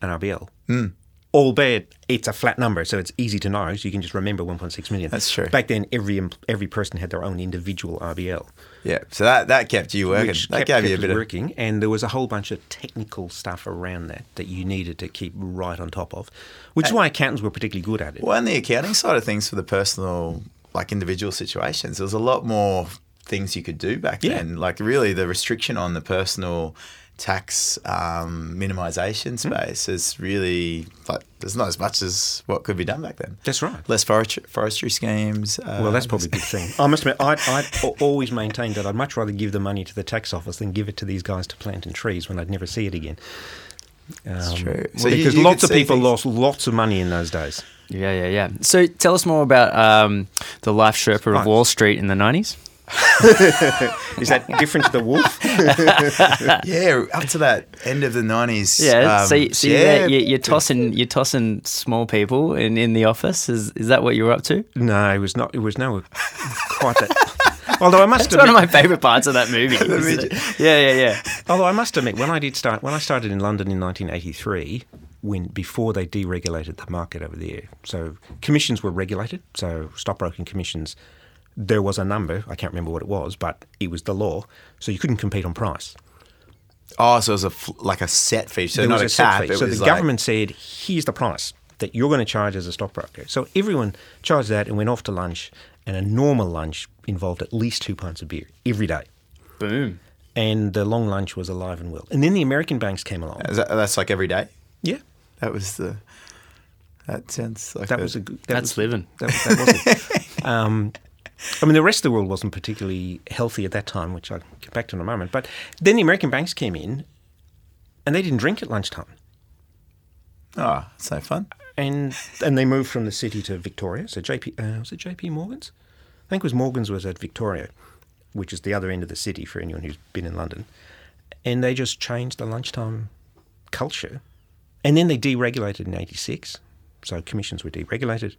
S3: an RBL.
S2: Hmm.
S3: Albeit it's a flat number, so it's easy to know. So you can just remember 1.6 million.
S2: That's true.
S3: Back then, every em- every person had their own individual RBL,
S2: Yeah. So that, that kept you working.
S3: which
S2: that
S3: kept,
S2: gave
S3: kept
S2: you a
S3: us
S2: bit of
S3: working. And there was a whole bunch of technical stuff around that that you needed to keep right on top of, which is why accountants were particularly good at it.
S2: Well, on the accounting side of things for the personal, like individual situations, there was a lot more things you could do back
S3: Yeah.
S2: then. Like really, the restriction on the personal tax um, minimization
S3: Hmm.
S2: space is really like there's not as much as what could be done back then.
S3: That's right.
S2: Less forestry, forestry schemes. Uh,
S3: Well, that's probably a (laughs) good thing. Um, I must admit, I'd, I'd al- always maintained that I'd much rather give the money to the tax office than give it to these guys to plant in trees when I'd never see it again. That's
S2: true.
S3: So
S2: So you-
S3: because
S2: you
S3: lots
S2: could
S3: of
S2: see
S3: people
S2: things-
S3: lost lots of money in those days.
S4: Yeah, yeah, yeah. So tell us more about um, the life Sherpa of Wall Street in the 90s.
S3: Is that different to the wolf? (laughs)
S2: yeah, up to that end of the nineties.
S4: Um,
S2: um,
S4: Yeah, so, you- so you're, there, you're, you're tossing you're tossing small people in, in the office. Is is that what you were up to?
S3: No, it was not. It was no quite that. Although I must
S4: It's one of
S3: admit,
S4: my favorite parts of that (laughs) movie. isn't it? yeah, yeah, yeah.
S3: although I must admit, when I did start, when I started in London in 1983, when before they deregulated the market over there, so commissions were regulated. So stockbroking commissions, there was a number I can't remember what it was, but it was the law. So you couldn't compete on price.
S2: oh, so it was a fl- like a set fee. So
S3: There
S2: not
S3: was
S2: a,
S3: a set
S2: cap.
S3: fee.
S2: It
S3: So
S2: was
S3: the
S2: like-
S3: government said, here's the price that you're going to charge as a stockbroker. So everyone charged that and went off to lunch, and a normal lunch involved at least two pints of beer every day.
S4: Boom.
S3: And the long lunch was alive and well. And then the American banks came along.
S2: Is that- that's like every day.
S3: Yeah,
S2: That was the. That sounds like
S3: that
S2: a-
S3: was a good. That
S4: That's
S3: was,
S4: living.
S3: That, that was it. um, I mean, the rest of the world wasn't particularly healthy at that time, which I'll get back to in a moment. But then the American banks came in, and they didn't drink at lunchtime.
S2: oh, it's no fun.
S3: and and they moved from the city to Victoria. So JP uh, was it JP Morgan's? I think it was Morgan's was at Victoria, which is the other end of the city for anyone who's been in London. And they just changed the lunchtime culture, and then they deregulated in '86, so commissions were deregulated,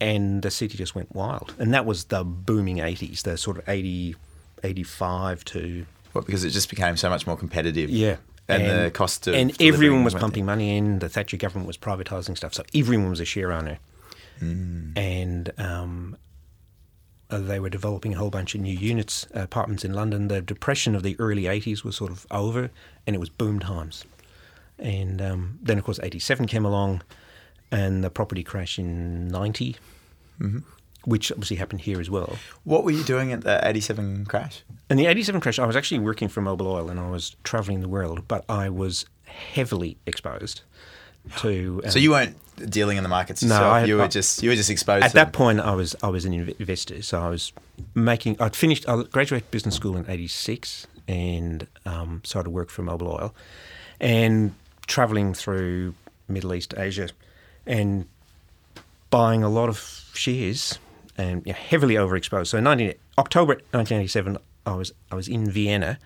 S3: and the city just went wild. And that was the booming '80s, the sort of 80, 85 to
S2: Well, because it just became so much more competitive.
S3: yeah.
S2: And, the cost of
S3: and
S2: delivering
S3: everyone was
S2: went-
S3: pumping money in. The Thatcher government was privatising stuff, so everyone was a share owner, and um, uh, they were developing a whole bunch of new units, uh, apartments in London. The depression of the early '80s was sort of over, and it was boom times. And um, then, of course, '87 came along, and the property crash in '90, which obviously happened here as well.
S2: What were you doing at the '87 crash?
S3: In the 87 crash, I was actually working for Mobil Oil and I was traveling the world, but I was heavily exposed to. um,
S2: So you weren't dealing in the markets
S3: No,
S2: yourself.
S3: I-
S2: you were
S3: I-
S2: just you were just exposed.
S3: At
S2: to them.
S3: that point, I was I was an inv- investor, so I was making. I'd finished. I graduated business school in '86, and um, started work for Mobil Oil, and traveling through Middle East, Asia, and buying a lot of shares and yeah, heavily overexposed. So 19, October 1987, I was I was in Vienna,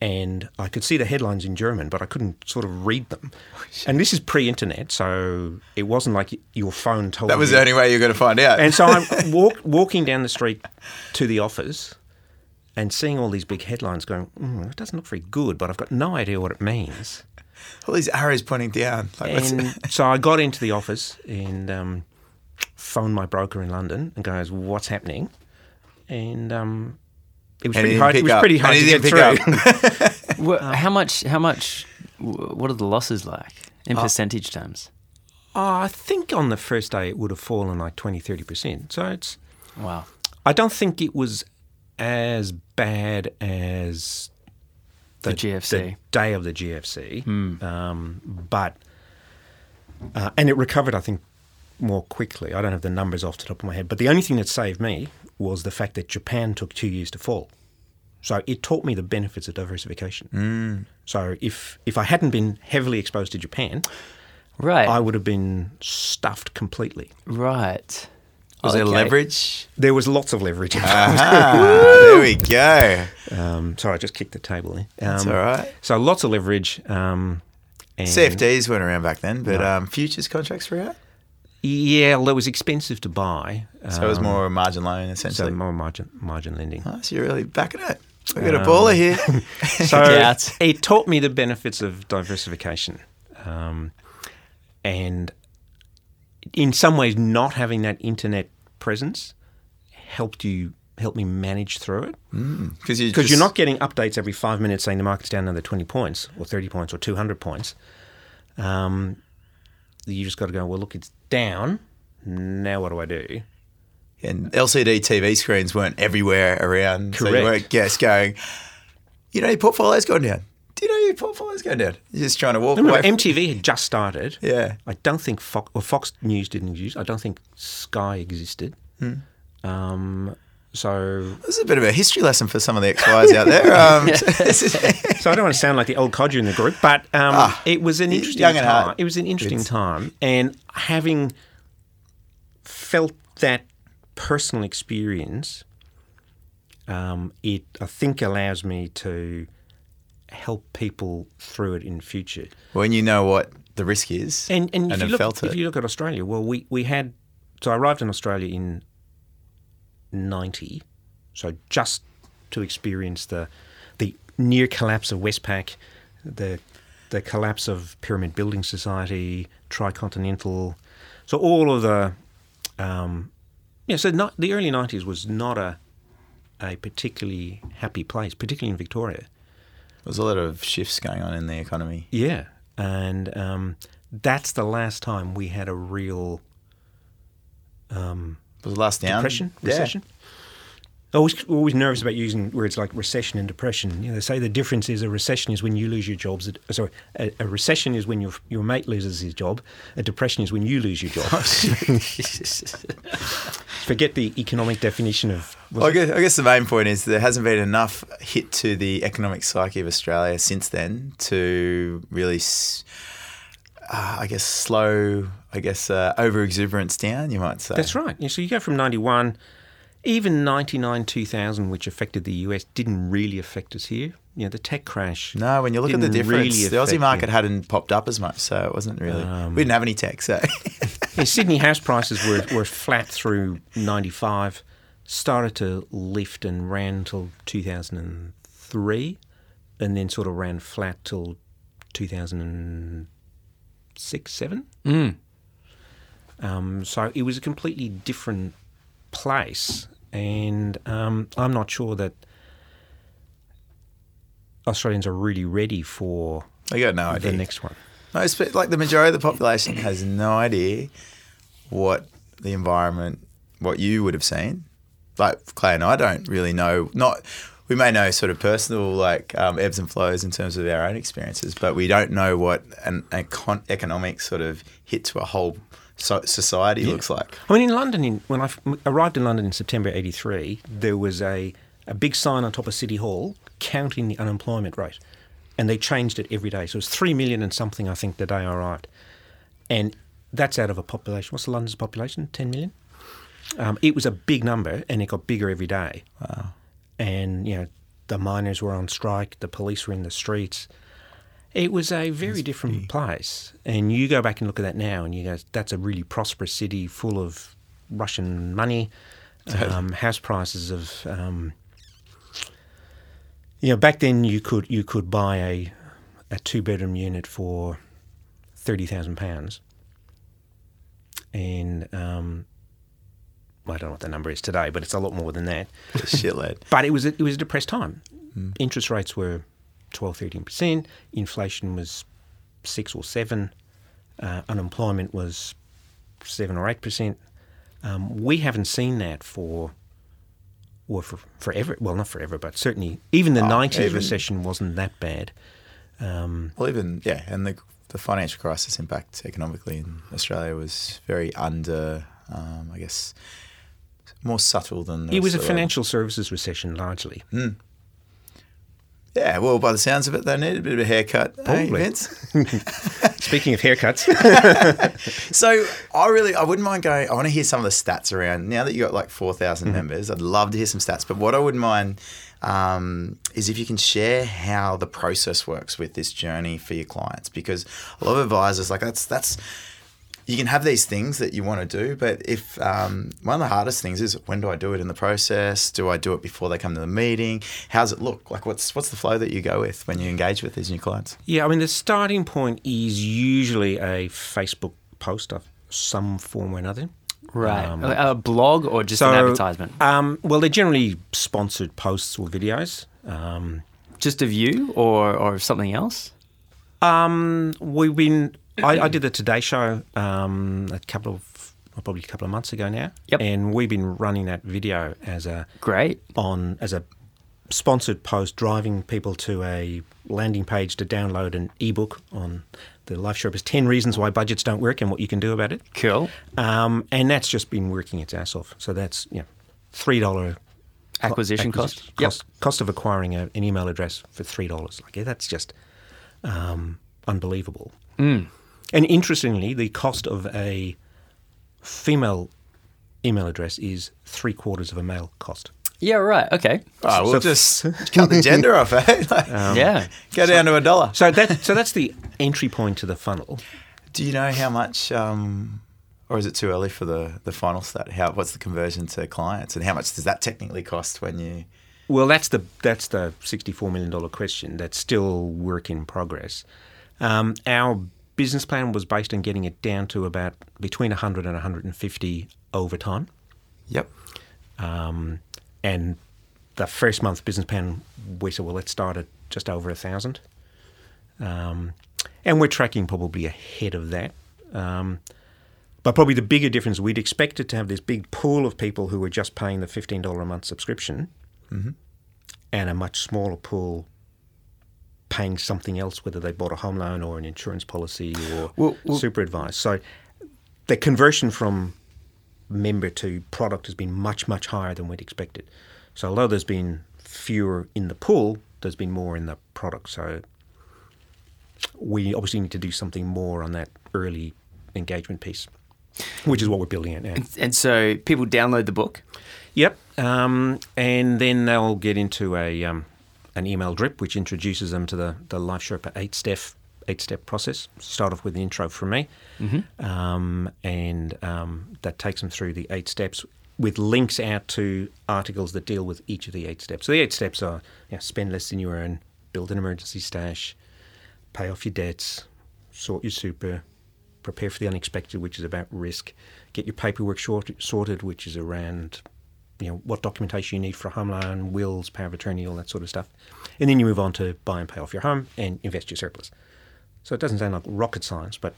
S3: and I could see the headlines in German, but I couldn't sort of read them.
S2: Oh,
S3: And this is pre-internet, so it wasn't like y- your phone told.
S2: That was
S3: you.
S2: the only way you were going to find out.
S3: And so
S2: (laughs)
S3: I'm walk, walking down the street to the office and seeing all these big headlines going, mm, it doesn't look very good, but I've got no idea what it means.
S2: All these arrows pointing down. Like, what's-
S3: And so I got into the office and um, phoned my broker in London and goes, what's happening? And um, it was
S2: And he didn't
S3: pretty hard, it
S2: pick
S3: was
S2: up.
S3: pretty
S2: And
S3: hard
S2: he
S3: to get
S2: didn't
S3: through.
S2: pick up. (laughs)
S4: Wha how much? How much? wh- What are the losses like in percentage terms?
S3: Oh, I think on the first day it would have fallen like 20, 30%. So it's,
S4: Wow.
S3: I don't think it was as bad as
S4: The GFC.
S3: the day of the GFC.
S2: Hmm.
S3: Um, but uh, and it recovered, I think, more quickly. I don't have the numbers off the top of my head, but the only thing that saved me was the fact that Japan took two years to fall. So it taught me the benefits of diversification.
S2: Hmm.
S3: So if if I hadn't been heavily exposed to Japan,
S2: Eh.
S4: Right.
S3: I would have been stuffed completely.
S4: right.
S2: was there
S4: Okay.
S3: (laughs)
S2: leverage?
S3: There was lots of leverage.
S2: Ah, there we go.
S3: Um, sorry, I just kicked the table there. Um,
S2: That's all right.
S3: So lots of leverage. Um, and
S2: CFDs weren't around back then, but um, futures contracts were out.
S3: Yeah, well, it was expensive to buy.
S2: So it was
S3: um,
S2: more a margin loan,
S3: so
S2: essentially.
S3: more margin margin lending.
S2: Oh, so you're really backing it. We got a
S3: Um,
S2: baller here.
S3: (laughs) So
S4: Yeah, it's-
S3: it taught me the benefits of diversification, um, and in some ways, not having that internet presence helped you helped me manage through it
S2: Because you
S3: because
S2: just-
S3: you're not getting updates every five minutes saying the market's down another 20 points or 30 points or 200 points. Um, you just got to go, well, look, it's down. Now what do I do?
S2: and LCD TV screens weren't everywhere around. So you
S3: Correct.
S2: weren't yes, going, you know, your portfolio's gone down. Do you know your portfolio's gone down? You're just trying to walk away.
S3: Remember,
S2: from-
S3: MTV had just started.
S2: Yeah.
S3: I don't think Fox, well, Fox News didn't exist. I don't think Sky existed. Um, so,
S2: this is a bit of a history lesson for some of the ex-wives out
S3: (laughs)
S2: there. Um, this is-
S3: so I don't want to sound like the old codger in the group, but um, it was an interesting
S2: Ah, young at
S3: time.
S2: heart.
S3: It was an interesting time, and having felt that personal experience, um, it I think allows me to help people through it in future.
S2: (laughs) when you know what the risk is
S3: And and,
S2: and
S3: if, you
S2: have
S3: look,
S2: felt
S3: if
S2: it.
S3: you look at Australia, well, we, we had so I arrived in Australia in ninety, so just to experience the the near collapse of Westpac, the the collapse of Pyramid Building Society, Tricontinental, so all of the um, yeah. So not, the early nineties was not a a particularly happy place, particularly in Victoria.
S2: There's a lot of shifts going on in the economy.
S3: Yeah, and um, that's the last time we had a real
S2: Was the last down
S3: depression,
S2: Um, Yeah.
S3: recession. Always, always nervous about using words like recession and depression. You know, they say the difference is a recession is when you lose your jobs. at- Sorry, a, a recession is when your your mate loses his job. A depression is when you lose your job. (laughs) Forget the economic definition of.
S2: Well, I guess, I guess the main point is there hasn't been enough hit to the economic psyche of Australia since then to really, s- uh, I guess, slow, I guess, uh, over exuberance down, you might say.
S3: That's right. Yeah, so you go from ninety one, even ninety nine two thousand, which affected the US, didn't really affect us here. You know, the tech crash.
S2: No, when you look at the
S3: didn't
S2: difference,
S3: really
S2: the
S3: affect
S2: Aussie
S3: you.
S2: market hadn't popped up as much, so it wasn't really.
S3: Um,
S2: we didn't have any tech, so (laughs)
S3: Yeah, Sydney house prices were, were flat through 95, started to lift and ran till 2003, and then sort of ran flat till 2006, 7. Um, so it was a completely different place, and um, I'm not sure that Australians are really ready for
S2: I got no
S3: the
S2: idea.
S3: next one.
S2: Most, pe- like the majority of the population has no idea what the environment, what you would have seen. Like Clay and I don't really know. Not we may know sort of personal like um, ebbs and flows in terms of our own experiences, but we don't know what an econ- economic sort of hit to a whole so- society looks like.
S3: I mean, in London, in, when I f- arrived in London in September '83, there was a, a big sign on top of City Hall counting the unemployment rate. And they changed it every day. So it was 3 million and something, I think, the day I arrived. And that's out of a population. What's the London's population? 10 million? Um, it was a big number and it got bigger every day. Wow. And, you know, the miners were on strike, the police were in the streets. It was a very different place. And you go back and look at that now and you go, that's a really prosperous city full of Russian money, um, house prices of. Um, you know, back then you could you could buy a a two bedroom unit for thirty thousand pounds, and um, I don't know what the number is today, but it's a lot more than that.
S2: Shit,
S3: (laughs)
S2: lad.
S3: But it was a, it was a depressed time. Interest rates were 12, 13 percent. Inflation was six or seven. Uh, unemployment was seven or eight percent. Um, we haven't seen that for well for forever. Well, not forever, but certainly Oh, even the '90s
S2: even-
S3: recession wasn't that bad.
S2: Well, even yeah, and the the financial crisis impact economically in Australia was very under, um, I guess, more subtle than the
S3: It was
S2: rest
S3: a
S2: of the world.
S3: financial services recession largely.
S2: Yeah, well, by the sounds of it, they needed a bit of a haircut. eh,
S3: Probably.
S2: Vince?
S3: Speaking of haircuts,
S2: so I really, I wouldn't mind going. I want to hear some of the stats around now that you got like four members. I'd love to hear some stats, but what I wouldn't mind um, is if you can share how the process works with this journey for your clients, because a lot of advisors like that's that's you can have these things that you want to do, but if um, one of the hardest things is when do I do it in the process? Do I do it before they come to the meeting? How's it look? Like, what's what's the flow that you go with when you engage with these new clients?
S3: (laughs) yeah, I mean the starting point is usually a Facebook post of some form or another.
S4: Right. a a blog or just an advertisement?
S3: Um, well, they're generally sponsored posts or videos. Um,
S4: Just of you or, or of something else?
S3: um, we've been. I, I did the Today Show um, a couple of well, probably a couple of months ago now.
S4: Yep.
S3: And we've been running that video as a
S4: Great.
S3: on as a sponsored post, driving people to a landing page to download an ebook on the Life Sherpas 10 Reasons Why Budgets Don't Work and What You Can Do About It.
S4: Cool.
S3: Um, and that's just been working its ass off. So that's you know, three dollar
S4: Acquisition cost? Yep.
S3: cost, cost of acquiring a, an email address for three dollars. Like yeah, that's just um, unbelievable.
S4: Mm.
S3: And interestingly, the cost of a female email address is three quarters of a male cost.
S4: Yeah, right. Okay.
S2: Oh, we'll
S3: So- (laughs) Um,
S2: just cut the gender off, eh? (laughs) Like,
S4: yeah.
S2: go down to a dollar.
S3: So that so that's the entry point to the funnel.
S2: Do you know how much, um, or is it too early for the, the final stat? How what's the conversion to clients, and how much does that technically cost when you?
S3: Well, that's the that's the sixty-four million dollar question. That's still work in progress. Um, our business plan was based on getting it down to about between 100 and 150 over time.
S2: Yep.
S3: Um, and the first month business plan, we said, well, let's start at just over a thousand. Um, and we're tracking probably ahead of that. Um, but probably the bigger difference, we'd expected to have this big pool of people who were just paying the $15 a month subscription and a much smaller pool paying something else, whether they bought a home loan or an insurance policy or super advice. So the conversion from member to product has been much, much higher than we'd expected. So although there's been fewer in the pool, there's been more in the product. So we obviously need to do something more on that early engagement piece, which is what we're building at now.
S4: And so people download the book.
S3: Yep. Um, and then they'll get into a um, an email drip, which introduces them to the the Life Sherpa eight step eight step process. Start off with an intro from me, um, and um, that takes them through the eight steps with links out to articles that deal with each of the eight steps. So the eight steps are you know, spend less than you earn, build an emergency stash, pay off your debts, sort your super, prepare for the unexpected, which is about risk, get your paperwork short, sorted, which is around you know what documentation you need for a home loan, wills, power of attorney, all that sort of stuff, and then you move on to buy and pay off your home and invest your surplus. So it doesn't sound like rocket science, but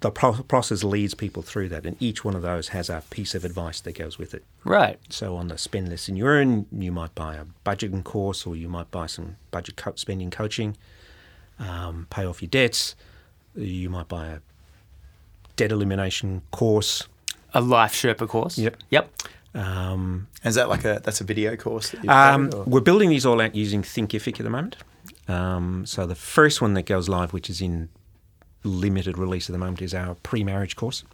S3: the pro- process leads people through that, and each one of those has a piece of advice that goes with it.
S4: Right.
S3: So on the spend less than you earn, you might buy a budgeting course or you might buy some budget co- spending coaching, um, pay off your debts. You might buy a debt elimination course.
S4: A life Sherpa course.
S3: Yep.
S4: Yep.
S3: Um,
S2: Is that like a that's a video course? That you've
S3: um,
S2: created, or-
S3: we're building these all out using Thinkific at the moment. Um, so the first one that goes live, which is in limited release at the moment, is our pre-marriage course.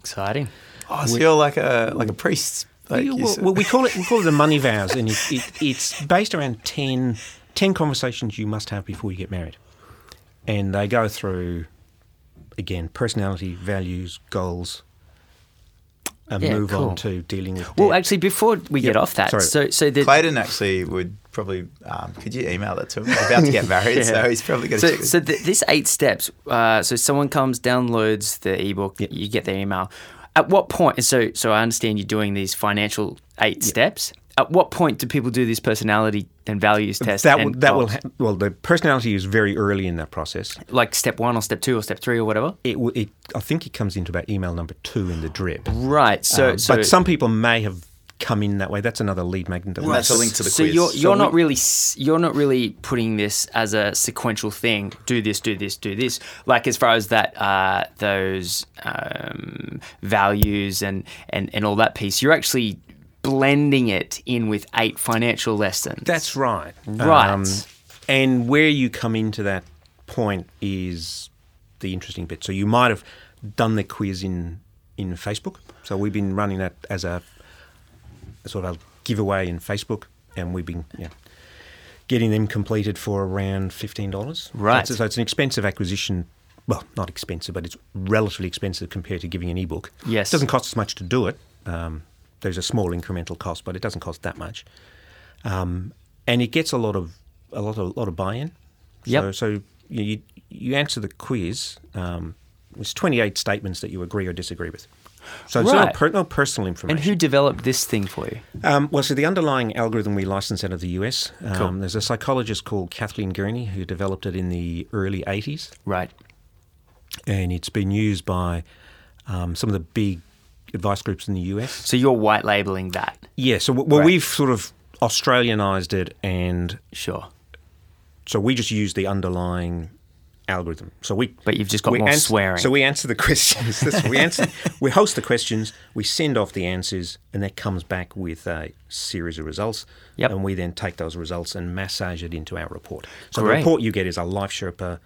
S4: Exciting.
S2: oh, so you're like a like a priest. Like
S3: Yeah,
S2: you
S3: well,
S2: said.
S3: well, we call it we call it the
S4: (laughs)
S3: money vows, and it, it, it's based around 10, 10 conversations you must have before you get married, and they go through again personality, values, goals, and
S4: Yeah,
S3: move
S4: cool.
S3: on to dealing with.
S4: Well,
S3: debt.
S4: actually, before we get off that,
S3: sorry.
S4: so so the,
S2: Clayton actually would probably. Um, could you email that to him? We're about to
S3: (laughs)
S2: get married, so he's probably going to.
S4: so, so th- this eight steps. Uh, so someone comes, downloads the ebook, you get their email. At what point? So, so I understand you're doing these financial eight steps. At what point do people do this personality and values test?
S3: that will,
S4: and
S3: that will
S4: goals?
S3: ha- well, the personality is very early in that process.
S4: like step one or step two or step three or whatever.
S3: It, will- it I think it comes into about email number two in the drip.
S4: Right. So,
S3: Um,
S4: so
S3: but some people may have come in that way. That's another lead magnet. that we-
S2: And that's a link to the
S4: so
S2: quiz.
S4: you're you're
S2: So
S4: not
S2: we-
S4: really s- you're not really putting this as a sequential thing. Do this, do this, do this. Like as far as that uh, those um, values and, and and all that piece, you're actually blending it in with eight financial lessons.
S3: That's right. Um,
S4: Right.
S3: and where you come into that point is the interesting bit. So you might have done the quiz in in Facebook. So we've been running that as a, a sort of a giveaway in Facebook, and we've been yeah, getting them completed for around fifteen dollars.
S4: Right.
S3: So, it's- so it's an expensive acquisition. Well, not expensive, but it's relatively expensive compared to giving an ebook.
S4: Yes.
S3: It doesn't cost as much to do it. Um, there's a small incremental cost, but it doesn't cost that much and it gets a lot of a lot of lot of buy-in.
S4: Yep.
S3: So, so you you- you answer the quiz. Um, it's 28 statements that you agree or disagree with. So it's
S4: Right.
S3: not, per, not personal
S4: and
S3: information.
S4: who developed this thing for you?
S3: um, well, so the underlying algorithm we licensed out of the US. Um,
S4: Cool.
S3: There's a psychologist called Kathleen Gurney who developed it in the early 80s
S4: Right.
S3: and it's been used by um, some of the big advice groups in the US.
S4: So you're white labeling that.
S3: Yeah, so w- well,
S4: Right.
S3: we've sort of Australianized it and
S4: Sure.
S3: So we just use the underlying algorithm. So we,
S4: But you've just got
S3: we
S4: more
S3: ans-
S4: swearing.
S3: So we answer the (laughs) questions. That's- we answer, we host the questions, we send off the answers, and that comes back with a series of results.
S4: Yep.
S3: And we then take those results and massage it into our report. So
S4: Great.
S3: the report you get is a Life Sherpa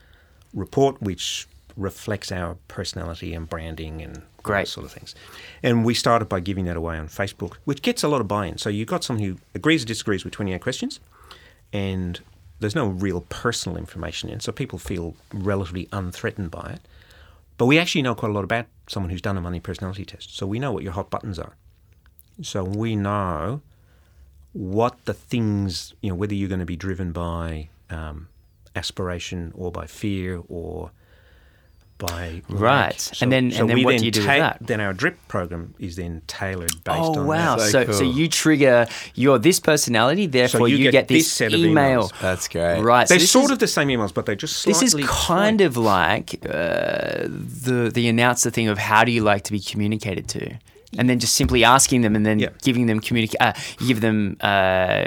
S3: report, which reflects our personality and branding and all
S4: Great.
S3: those sort of things. And we started by giving that away on Facebook, which gets a lot of buy-in. So you've got someone who agrees or disagrees with 28 questions, and there's no real personal information in, so people feel relatively unthreatened by it. But we actually know quite a lot about someone who's done a money personality test, so we know what your hot buttons are. So we know what the things, you know, whether you're going to be driven by um, aspiration or by fear or by
S4: Right.
S3: lack.
S4: And then- and then
S3: we
S4: what do you do with that?
S3: Then our drip program is then tailored based
S4: Oh
S3: on
S4: wow!
S3: that.
S2: So
S4: So, so,
S2: cool.
S4: you trigger you're this personality, therefore
S3: you
S4: you,
S3: get
S4: get,
S3: this
S4: this,
S3: set of
S4: email.
S3: emails.
S2: That's great.
S4: Right. so
S3: They're
S4: this
S3: sort
S4: is-
S3: of the same emails, but they're just
S4: This
S3: slightly
S4: is kind of like uh, the the announcer thing of how do you like to be communicated to, and then just simply asking them, and then
S3: Yeah.
S4: giving them communica- uh, give them. Uh,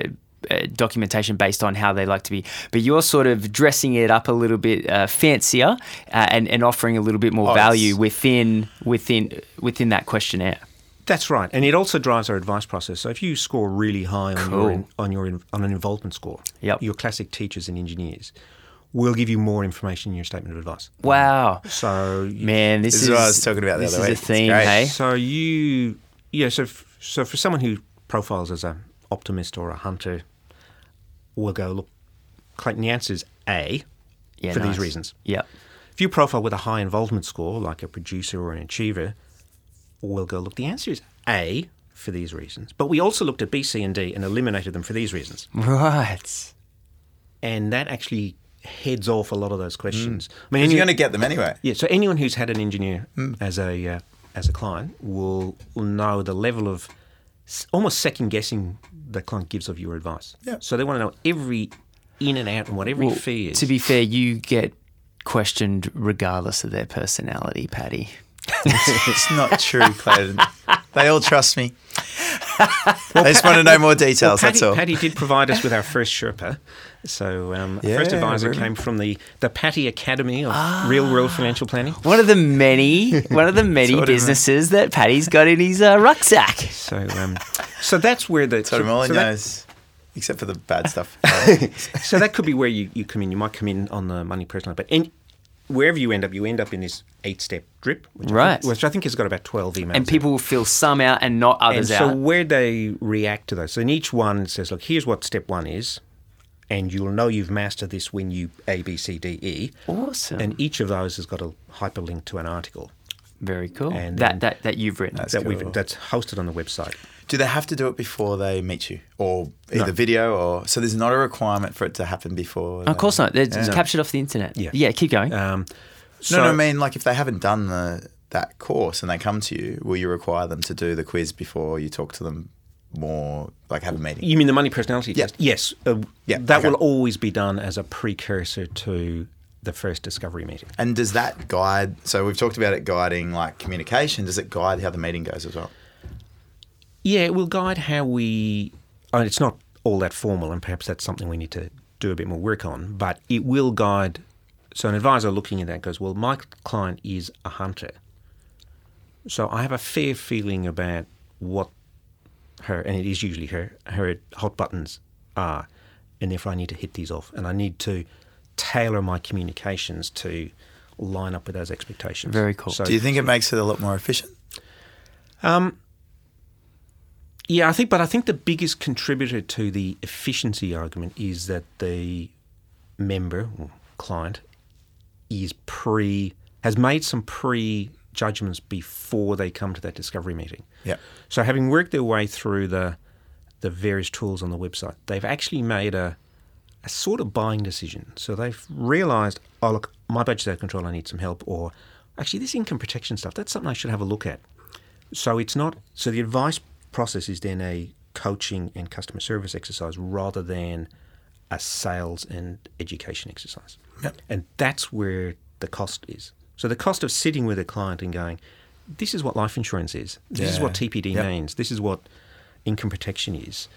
S4: uh, documentation based on how they like to be, but you're sort of dressing it up a little bit uh, fancier uh, and and offering a little bit more
S2: Oh, it's-
S4: value within within within that questionnaire.
S3: That's right, and it also drives our advice process. So if you score really high on your
S4: Cool.
S3: in, on your in, on an involvement score,
S4: Yep.
S3: your classic teachers and engineers will give you more information in your statement of advice.
S4: Wow,
S3: So you-
S4: man, this,
S2: This is what I was talking about the
S4: this
S2: other week.
S4: is a
S2: It's
S4: theme,
S2: great.
S4: hey?
S3: so you yeah so f- so for someone who profiles as an optimist or a hunter, we'll go look. Clayton, the answer is A
S4: Yeah,
S3: for
S4: nice.
S3: these reasons.
S4: Yep. (laughs)
S3: If you profile with a high involvement score, like a producer or an achiever, we'll go, look, the answer is A for these reasons. But we also looked at B, C, and D and eliminated them for these reasons.
S4: Right.
S3: And that actually heads off a lot of those questions.
S4: Mm.
S3: I mean,
S2: You're
S3: any-
S2: going to get them anyway.
S3: yeah, so anyone who's had an engineer as a uh, as a client will, will know the level of s- almost second guessing the client gives of your advice.
S2: Yeah.
S3: So they want to know every in and out and what every
S4: Well,
S3: fee is.
S4: To be fair, you get questioned regardless of their personality, Paddy.
S2: It's not true, Clayton. they all trust me. I just want to know more details.
S3: Patty,
S2: that's all.
S3: Patty did provide us with
S2: (laughs)
S3: our first Sherpa. So um, our
S2: Yeah,
S3: first advisor
S2: really. Ah.
S3: came from the, the Patty Academy of Real World Financial Planning.
S4: One of the many, one of the many
S2: Sort of, man.
S4: businesses that Paddy's got in his uh, rucksack.
S3: So um, so that's where the
S2: That's what I'm all
S3: so, that,
S2: knows, except for the bad stuff. Um,
S3: so that could be where you, you come in. You might come in on the money personal, but in, wherever you end up, you end up in this eight step drip, which I
S4: Right.
S3: think, which I think has got about twelve emails. in
S4: And
S3: it.
S4: people will fill some out and not
S3: And
S4: others
S3: so
S4: out.
S3: where they react to those. So in each one it says, look, here's what step one is, and you'll know you've mastered this when you A B C D E.
S4: Awesome.
S3: And each of those has got a hyperlink to an article
S4: Very cool.
S3: And then-
S4: that, that that you've written.
S2: That's
S3: that
S2: cool.
S3: we've that's hosted on the website.
S2: do they have to do it before they meet you, or either video, or so? There's not a requirement for it to happen before.
S4: Of course not. It's captured off the internet.
S3: Yeah.
S4: Yeah. Keep going.
S3: Um,
S2: No,
S3: so,
S2: no, I mean like if they haven't done the that course and they come to you, will you require them to do the quiz before you talk to them more, like have a meeting?
S3: You mean the money personality
S2: Yeah.
S3: test? Yes. Uh,
S2: Yeah,
S3: That
S2: okay.
S3: will always be done as a precursor to the first discovery meeting.
S2: And does that guide? So we've talked about it guiding like communication. Does it guide how the meeting goes as well?
S3: Yeah, it will guide how we. Oh, it's not all that formal, and perhaps that's something we need to do a bit more work on. But it will guide. So an advisor looking at that goes, "Well, my client is a hunter, so I have a fair feeling about what her, and it is usually her, her hot buttons are, and therefore I need to hit these off, and I need to tailor my communications to line up with those expectations.
S4: Very cool.
S3: So
S2: Do you think it makes it a lot more efficient?
S3: Yeah, I think, but I think the biggest contributor to the efficiency argument is that the member or client is pre has made some pre judgments before they come to that discovery meeting.
S2: Yeah.
S3: So having worked their way through the the various tools on the website, they've actually made a a sort of buying decision. So they've realised, oh look, my budget's out of control. I need some help. Or actually, this income protection stuff that's something I should have a look at. So it's not. So the advice process is then a coaching and customer service exercise rather than a sales and education exercise.
S2: Yep.
S3: And that's where the cost is. So the cost of sitting with a client and going, this is what life insurance is. This is
S2: Yeah.
S3: what TPD
S2: Yep.
S3: means. This is what income protection is.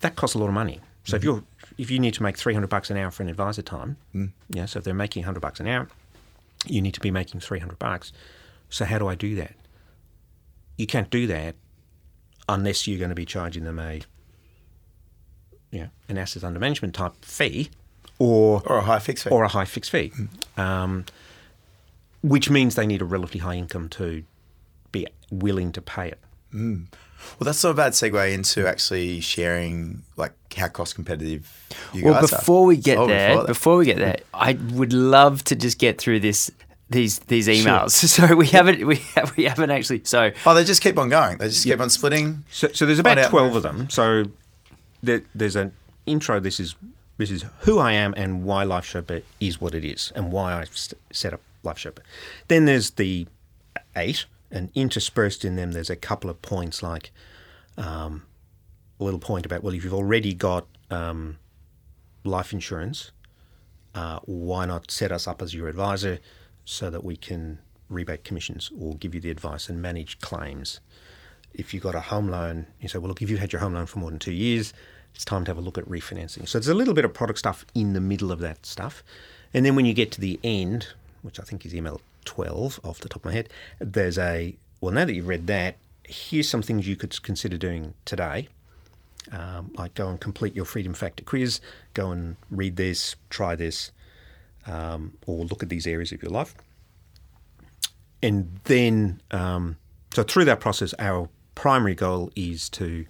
S3: That costs a lot of money. So
S2: Mm-hmm.
S3: if you're if you need to make 300 bucks an hour for an advisor time,
S2: Mm.
S3: yeah, so if they're making 100 bucks an hour, you need to be making 300 bucks. So how do I do that? You can't do that unless you're going to be charging them a you know, an asset under management type fee or
S2: Or a high fixed fee?
S3: or a high fixed fee,
S2: Mm.
S3: um, which means they need a relatively high income to be willing to pay it.
S2: Well, that's not a bad segue into actually sharing like how cost competitive you
S4: well,
S2: guys are.
S4: before we get
S2: Oh,
S4: there,
S2: before
S4: before,
S2: that.
S4: we get there, I would love to just get through this these these emails. (laughs) So we haven't we have, we haven't actually. So
S2: oh, they just keep on going. They just keep on splitting.
S3: So, so there's
S2: Find
S3: about
S2: out
S3: 12 of them. So there, there's an intro. This is this is who I am and why Life Sherpa is what it is and why I st- set up Life Sherpa. Then there's the eight, and interspersed in them, there's a couple of points like um, a little point about, well, if you've already got um, life insurance, uh, why not set us up as your advisor so that we can rebate commissions or give you the advice and manage claims? If you got a home loan, you say, well, look, if you've had your home loan for more than two years, it's time to have a look at refinancing. So there's a little bit of product stuff in the middle of that stuff. And then when you get to the end, which I think is email 12 off the top of my head, there's a, well, now that you've read that, here's some things you could consider doing today um, like go and complete your freedom factor quiz go and read this try this um, or look at these areas of your life and then um, so through that process our primary goal is to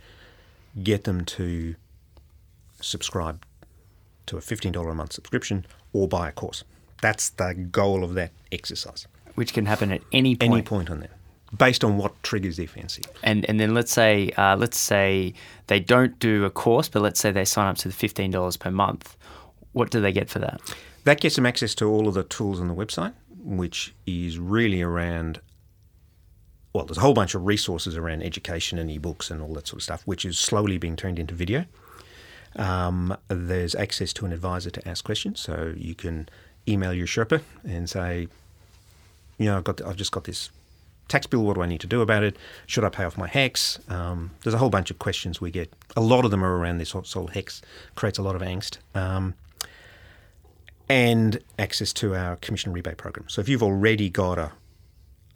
S3: get them to subscribe to a $15 a month subscription or buy a course that's the goal of that exercise
S4: which can happen at any point.
S3: any point on that based on what triggers their fancy
S4: And and then let's say uh, let's say they don't do a course, but let's say they sign up to the fifteen dollars per month. What do they get for that?
S3: That gets them access to all of the tools on the website, which is really around. Well, there's a whole bunch of resources around education and ebooks and all that sort of stuff, which is slowly being turned into video. Um, there's access to an advisor to ask questions, so you can email your Sherpa and say, you know, I've got, I've just got this tax bill? What do I need to do about it? Should I pay off my hex? Um, there's a whole bunch of questions we get. A lot of them are around this whole, whole hex, creates a lot of angst. Um, and access to our commission rebate program. So if you've already got a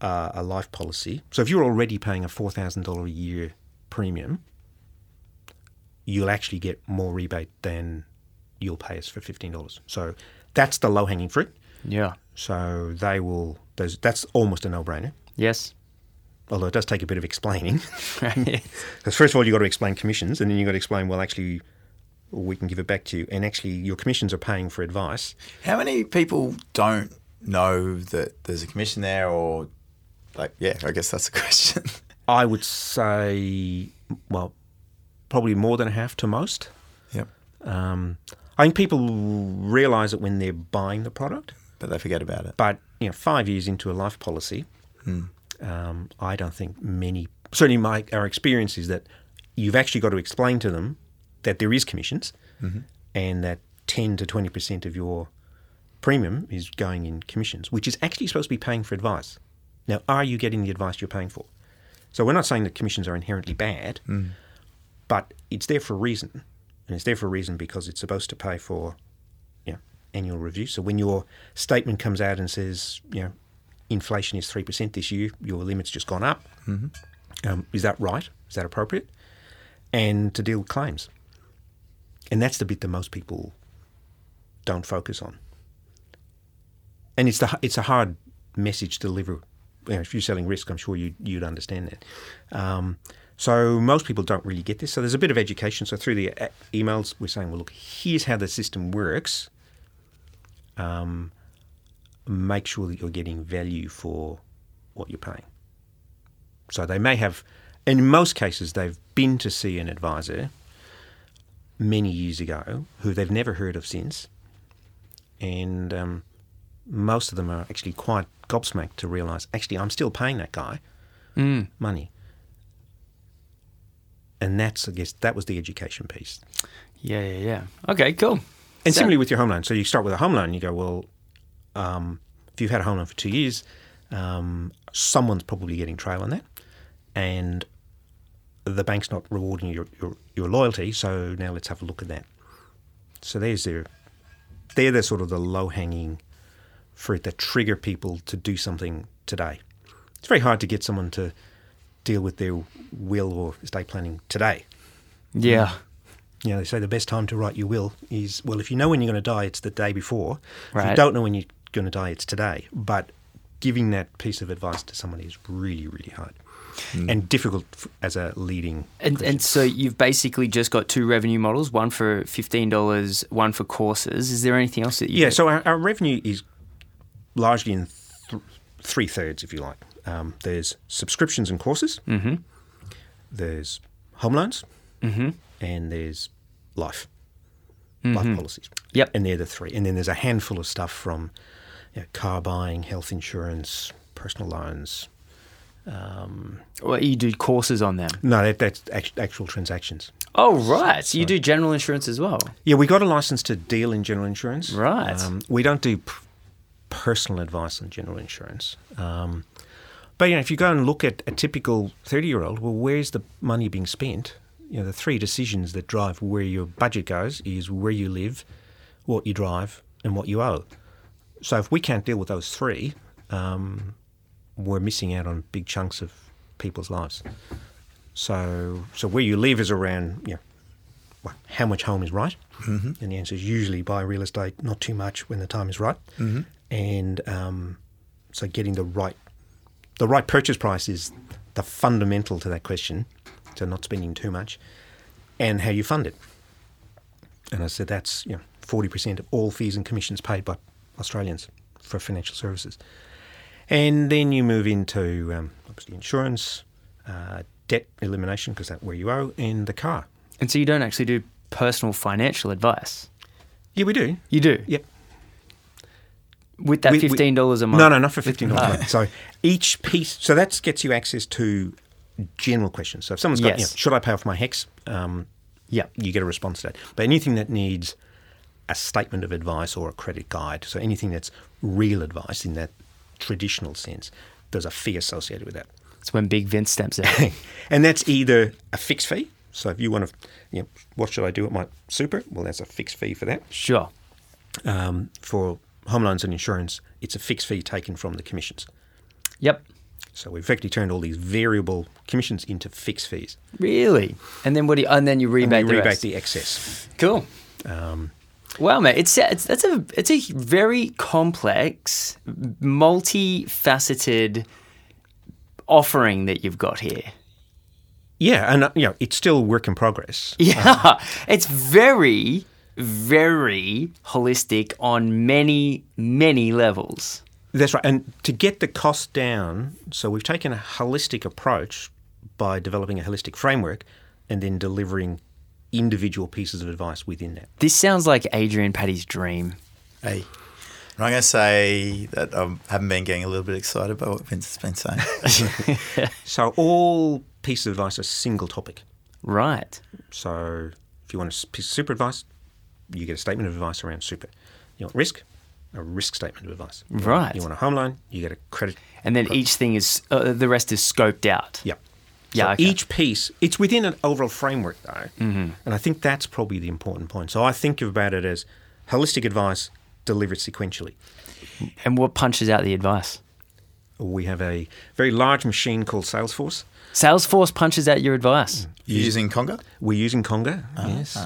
S3: uh, a life policy, so if you're already paying a four thousand dollar a year premium, you'll actually get more rebate than you'll pay us for fifteen dollars. So that's the low hanging fruit.
S4: Yeah.
S3: So they will. Those, that's almost a no brainer.
S4: Yes.
S3: Although it does take a bit of explaining, (laughs) because first of all you've got to explain commissions, and then you've got to explain well actually we can give it back to you. And actually, your commissions are paying for advice.
S2: How many people don't know that there's a commission there, or like, yeah, I guess that's a (laughs) question.
S3: I would say, well, probably more than half to most.
S2: yep.
S3: Um, I think people realise it when they're buying the product,
S2: But they forget about it.
S3: but you know, five years into a life policy, um, I don't think many. Certainly, my our experience is that you've actually got to explain to them that there is commissions, and that ten to twenty percent of your premium is going in commissions, which is actually supposed to be paying for advice. Now, are you getting the advice you're paying for? So we're not saying that commissions are inherently bad, but it's there for a reason, and it's there for a reason because it's supposed to pay for, you know, annual review. So when your statement comes out and says, you know, inflation is three percent this year, your limit's just gone up. Um, is that right? Is that appropriate? And to deal with claims, and that's the bit that most people don't focus on. And it's the it's a hard message to deliver. You know, if you're selling risk, I'm sure you you'd understand that. Um, so most people don't really get this. So there's a bit of education. So through the uh, emails, we're saying, well, look, here's how the system works. Um, make sure that you're getting value for what you're paying. So they may have, in most cases, they've been to see an advisor many years ago who they've never heard of since, and um, most of them are actually quite gobsmacked to realise actually I'm still paying that guy money, and that's I guess that was the education piece.
S4: Yeah, yeah, yeah. Okay, cool.
S3: And
S4: So-
S3: similarly with your home loan. So you start with a home loan, you go, well, um, if you've had a home loan for two years, um, someone's probably getting trail on that. And the bank's not rewarding your, your, your loyalty. So now let's have a look at that. So there's their, they're the sort of the low hanging fruit that trigger people to do something today. It's very hard to get someone to deal with their will or estate planning today
S4: Yeah.
S3: you know, they say the best time to write your will is well, if you know when you're going to die, it's the day before. If
S4: Right.
S3: you don't know when you're going to die, it's today. But giving that piece of advice to somebody is really, really hard and difficult f- as a leading.
S4: And, and so you've basically just got two revenue models, one for $15, one for courses. Is there anything else that you
S3: Yeah, so our, our revenue is largely in th- three thirds, if you like. Um, there's subscriptions and courses, mm-hmm. there's home loans, mm-hmm. and there's life, life policies.
S4: Yep.
S3: And they're the three. And then there's a handful of stuff from you know, car buying, health insurance, personal loans.
S4: Well, you do courses on them.
S3: No, that, that's act- actual transactions.
S4: Oh, right. So you do general insurance as well.
S3: Yeah, we got a license to deal in general insurance. Um,
S4: Right.
S3: we don't do p- personal advice on general insurance. Um, but you know, if you go and look at a typical thirty-year-old, well, where's the money being spent? You know, the three decisions that drive where your budget goes is where you live, what you drive, and what you owe. So if we can't deal with those three, um, we're missing out on big chunks of people's lives. So, so where you live is around you know, well, how much home is right, mm-hmm. and the answer is usually buy real estate, not too much when the time is right, mm-hmm. and um, so getting the right the right purchase price is the fundamental to that question. So not spending too much, and how you fund it. And I said that's you know forty percent of all fees and commissions paid by Australians for financial services, and then you move into um, obviously insurance, uh, debt elimination because that's where you owe, and the car.
S4: And so you don't actually do personal financial advice.
S3: Yeah, we do.
S4: You do.
S3: Yep.
S4: With that
S3: We- we-
S4: $15 a month.
S3: No, no, not for fifteen dollars. a month. So each piece, so that gets you access to general questions. So if someone's got,
S4: Yes.
S3: you know, should I pay off my hex? Um, yeah, you get a response to that. But anything that needs a statement of advice or a credit guide, so anything that's real advice in that traditional sense, there's a fee associated with that.
S4: It's when Big Vince steps (laughs) in.
S3: And that's either a fixed fee. So if you want to, you know, what should I do at my super? Well, that's a fixed fee for that.
S4: sure.
S3: Um, for home loans and insurance, it's a fixed fee taken from the commissions.
S4: Yep.
S3: So we've effectively turned all these variable commissions into fixed fees.
S4: Really? And then what? Do you, and then you rebate
S3: And we
S4: the
S3: rebate
S4: rest.
S3: the excess.
S4: Cool. Um, wow, mate, it's it's that's a it's a very complex, multifaceted offering that you've got here. (laughs)
S3: Yeah, and uh, you know, it's still work in progress.
S4: Yeah, it's very very holistic on many many levels.
S3: That's right. And to get the cost down, so we've taken a holistic approach by developing a holistic framework and then delivering individual pieces of advice within that.
S4: This sounds like Adrian Patty's dream.
S2: Hey. And I'm going to say that I haven't been getting a little bit excited by what Vince has been saying.
S3: So all pieces of advice are single topic.
S4: Right.
S3: So if you want a s- piece of super advice, you get a statement of advice around super. You want risk, a risk statement of advice.
S4: Right.
S3: You want a home loan, you get a credit.
S4: And then each thing is uh, the rest is scoped out.
S3: Yeah.
S4: Yeah,
S3: So
S4: okay.
S3: Each piece, it's within an overall framework though. Mm-hmm. And I think that's probably the important point. So I think about it as holistic advice delivered sequentially.
S4: And what punches out the advice?
S3: We have a very large machine called Salesforce.
S4: Salesforce punches out your advice.
S2: you using Conga?
S3: We're using Conga.
S2: Ah.
S3: yes.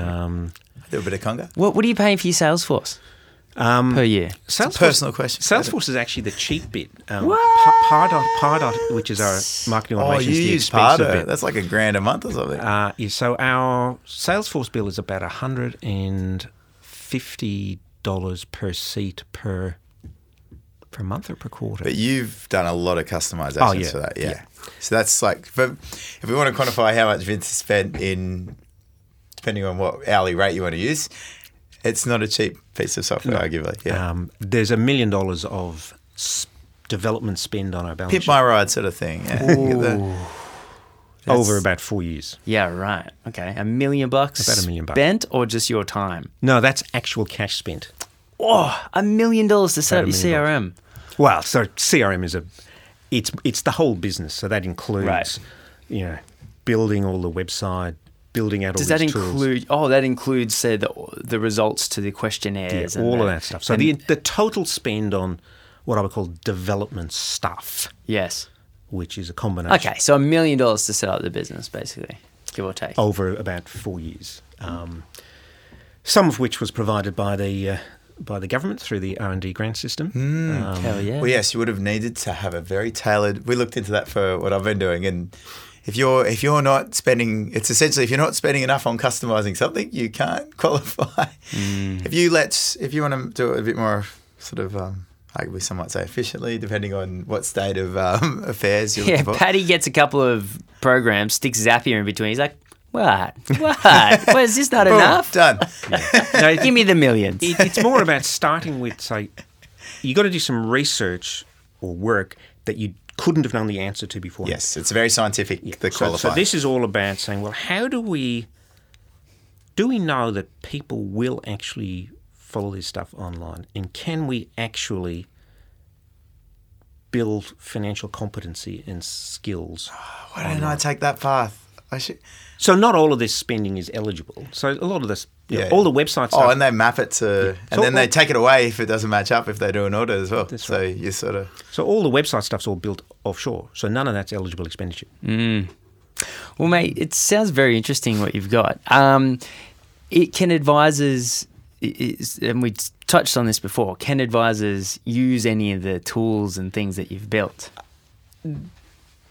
S3: Um,
S2: A little bit of Conga?
S4: What what are you paying for your Salesforce
S3: um,
S4: per year?
S3: Salesforce,
S2: Personal question.
S3: Salesforce is actually the cheap bit. Um, Pa- Pardot, Pardot, which is our marketing
S2: Oh,
S3: automation,
S2: you
S3: is the
S2: use
S3: expensive bit.
S2: Pardo. That's like a grand a month or something.
S3: Uh, yeah, so our Salesforce bill is about hundred and fifty dollars per seat per per month or per quarter.
S2: But you've done a lot of customizations
S3: Oh, yeah.
S2: for that, yeah.
S3: Yeah.
S2: So that's like, but if we want to quantify how much Vince has spent in, depending on what hourly rate you want to use, it's not a cheap piece of software, arguably. Yeah.
S3: um, there's a million dollars of s- development spend on our balance
S2: Pip
S3: sheet
S2: my ride sort of thing. Yeah. (laughs) Look at that.
S3: over about four years.
S4: Yeah, right. Okay. A million bucks.
S3: About a million bucks.
S4: Spent or just your time?
S3: No, that's actual cash spent.
S4: Oh, a million dollars to set up
S3: About
S4: your
S3: a million
S4: CRM.
S3: Well, so CRM is a it's it's the whole business. So that includes
S4: Right.
S3: you know building all the website, building out
S4: Does
S3: all
S4: that
S3: these tools.
S4: include? Oh, that includes say the the results to the
S3: Yeah,
S4: questionnaires. and
S3: all of
S4: the-
S3: that stuff. So
S4: and-
S3: the the total spend on what I would call development stuff,
S4: yes.
S3: which is a combination
S4: Okay, so a million dollars to set up the business, basically, give or take.
S3: over about four years, um, some of which was provided by the uh, by the government through the R and D grant system. Um,
S4: Hell yeah.
S2: Well, yes, you would have needed to have a very tailored. We looked into that for what I've been doing, and if you're if you're not spending, it's essentially if you're not spending enough on customizing something, you can't (laughs) qualify. If you let, if you want to do it a bit more sort of. Um, Arguably, some might say efficiently, depending on what state of um, (laughs) affairs you're
S4: (laughs) yeah,
S2: looking for.
S4: Patty gets a couple of programs, sticks Zapier in between. He's like, what?
S3: (laughs)
S4: What? well, is this not
S2: Boom,
S4: enough?
S2: Done.
S3: no, it-
S4: Give me the millions.
S3: it, it's more about starting with say you got to do some research or work that you couldn't have known the answer to before.
S2: Yes, it's very scientific. The
S3: So, so
S2: qualifying.
S3: this is all about saying, well, how do we do we know that people will actually follow this stuff online, and can we actually build financial competency and skills?
S2: Why don't I take that path? I should.
S3: So not all of this spending is eligible. So a lot of this, you know, all the websites.
S2: Oh,
S3: are-
S2: and they map it to, and
S3: So
S2: then they
S3: all-
S2: take it away if it doesn't match up if they do an audit as well. So you sort of.
S3: so all the website stuff's all built offshore. So none of that's eligible expenditure.
S4: Well, mate, it sounds very interesting what you've got. Um, it can advisors, i- is- and we touched on this before. Can advisors use any of the tools and things that you've built?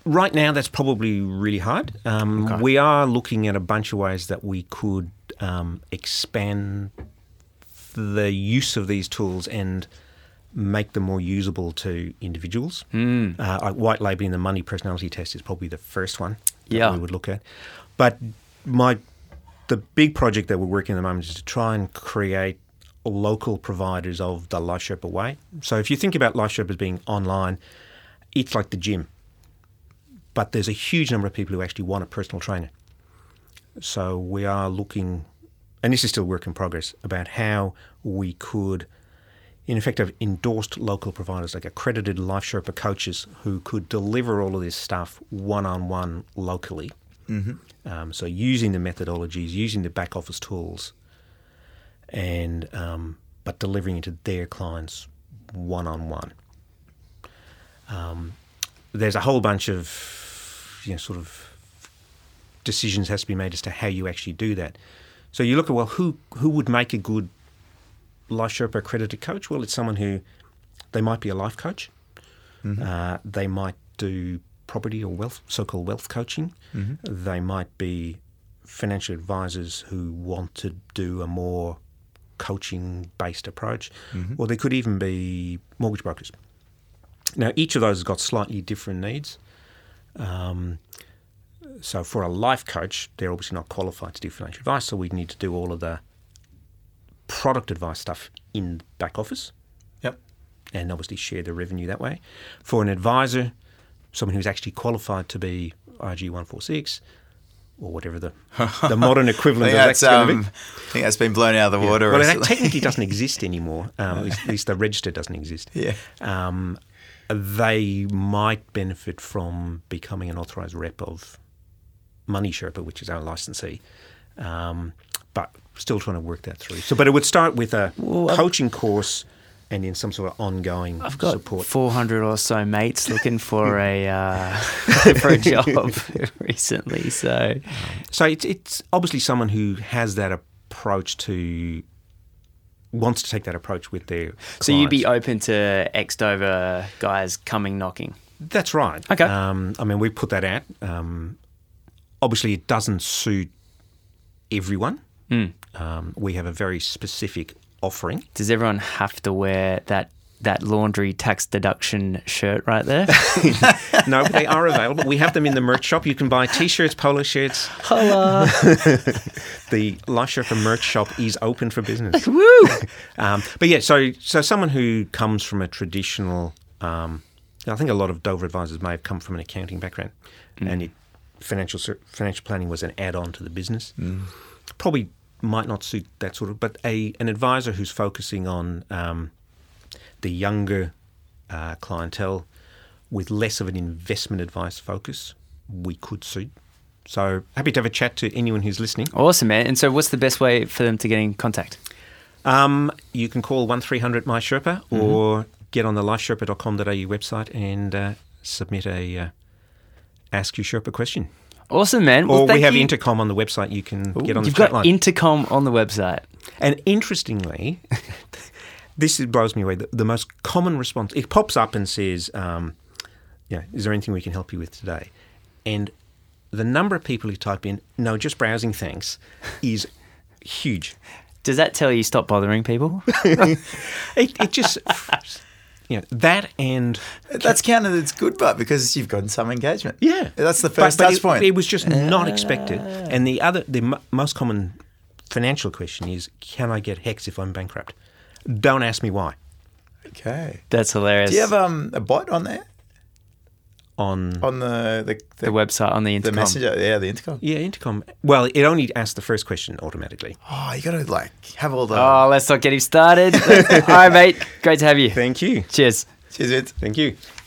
S3: Right now, that's probably really hard. Um, We are looking at a bunch of ways that we could um, expand the use of these tools and make them more usable to individuals. Mm. Uh, like white labeling the money personality test is probably the first one that
S4: Yeah.
S3: we would look at. But my the big project that we're working at the moment is to try and create local providers of the Life Sherpa way. So if you think about Life Sherpa as being online, it's like the gym but there's a huge number of people who actually want a personal trainer. So we are looking, and this is still work in progress, about how we could, in effect, have endorsed local providers, like accredited life Sherpa coaches who could deliver all of this stuff one on one locally. Mm-hmm. Um, so using the methodologies, using the back office tools, and um, but delivering it to their clients one on one. There's a whole bunch of you know sort of decisions has to be made as to how you actually do that. So you look at well, who who would make a good life Sherpa accredited coach? Well, it's someone who they might be a life coach, uh, they might do property or wealth, so-called wealth coaching. They might be financial advisors who want to do a more coaching-based approach, or they could even be mortgage brokers. Now, each of those has got slightly different needs. Um, So for a life coach, they're obviously not qualified to do financial advice, so we need to do all of the product advice stuff in back office
S2: Yep.
S3: and obviously share the revenue that way. For an advisor, someone who's actually qualified to be IG 146 or whatever
S2: (laughs)
S3: the, the modern
S2: I
S3: equivalent
S2: think
S3: of
S2: that's,
S3: that's going
S2: um,
S3: to be.
S2: I think that's been blown out of the water
S3: Well, that
S2: recently.
S3: technically
S4: (laughs)
S3: doesn't exist anymore. Um, at, least, at least the register doesn't exist.
S2: yeah.
S3: Um, they might benefit from becoming an authorised rep of Money Sherpa, which is our licensee, um, but still trying to work that through. So, but it would start with a coaching course and then some sort of ongoing
S4: I've got
S3: support.
S4: 400 or so mates looking for a uh, (laughs) for a job (laughs) recently. So
S3: So it's it's obviously someone who has that approach to wants to take that approach with their.
S4: so you'd be
S3: clients.
S4: open to exed over guys coming knocking.
S3: That's right.
S4: Okay.
S3: Um, I mean, we put that out. Um, obviously, it doesn't suit everyone. Um, we have a very specific offering.
S4: Does everyone have to wear that that laundry tax deduction shirt right there?
S3: no, but they are available. We have them in the merch shop. You can buy t-shirts, polo shirts.
S4: Hello.
S3: (laughs) The Life Sherpa merch shop is open for business. Woo! um, but yeah, so so someone who comes from a traditional, um, I think a lot of Dover advisors may have come from an accounting background, and it, financial ser- financial planning was an add-on to the business. Probably might not suit that sort of, but a an advisor who's focusing on um, the younger uh, clientele with less of an investment advice focus, we could suit. So happy to have a chat to anyone who's listening.
S4: Awesome, man. And so, what's the best way for them to get in contact?
S3: Um, you can call 1300 My Sherpa
S4: Mm-hmm.
S3: or get on the lifesherpa.com.au website and uh, submit a uh, Ask Your Sherpa question.
S4: Awesome, man. Well,
S3: Or we
S4: thank
S3: have
S4: you.
S3: intercom on the website. You can get on the
S4: You've
S3: chat
S4: got
S3: line.
S4: intercom on the website.
S3: and interestingly, (laughs) this is- blows me away. The, the most common response it pops up and says, um, "Yeah, is there anything we can help you with today?" And the number of people who type in "No, just
S2: (laughs)
S3: browsing, thanks," is huge.
S4: Does that tell you stop bothering
S3: (laughs)
S4: people?
S3: It, it just, (laughs) you know, that and
S2: (laughs) That's counted as good, but because you've gotten some engagement.
S3: Yeah,
S2: That's Ah. the
S3: But-
S2: first
S3: but
S2: touch
S3: it,
S2: point.
S3: It was just not expected. And the other, the m- most common financial question is, can I get hex if I'm bankrupt? Don't ask me why.
S2: okay.
S4: That's hilarious.
S2: Do you have um, a bot on there?
S3: On
S2: On the the, the,
S4: the website on the
S2: the
S4: intercom.
S2: messenger? Yeah, the intercom.
S3: yeah, intercom. Well, it only asks the first question automatically.
S2: Oh, you got to like have all the.
S4: Oh,
S3: (laughs)
S4: let's not get him started. All right, mate. Great to have you.
S3: Thank you.
S4: Cheers.
S2: Cheers, Vince.
S3: Thank you.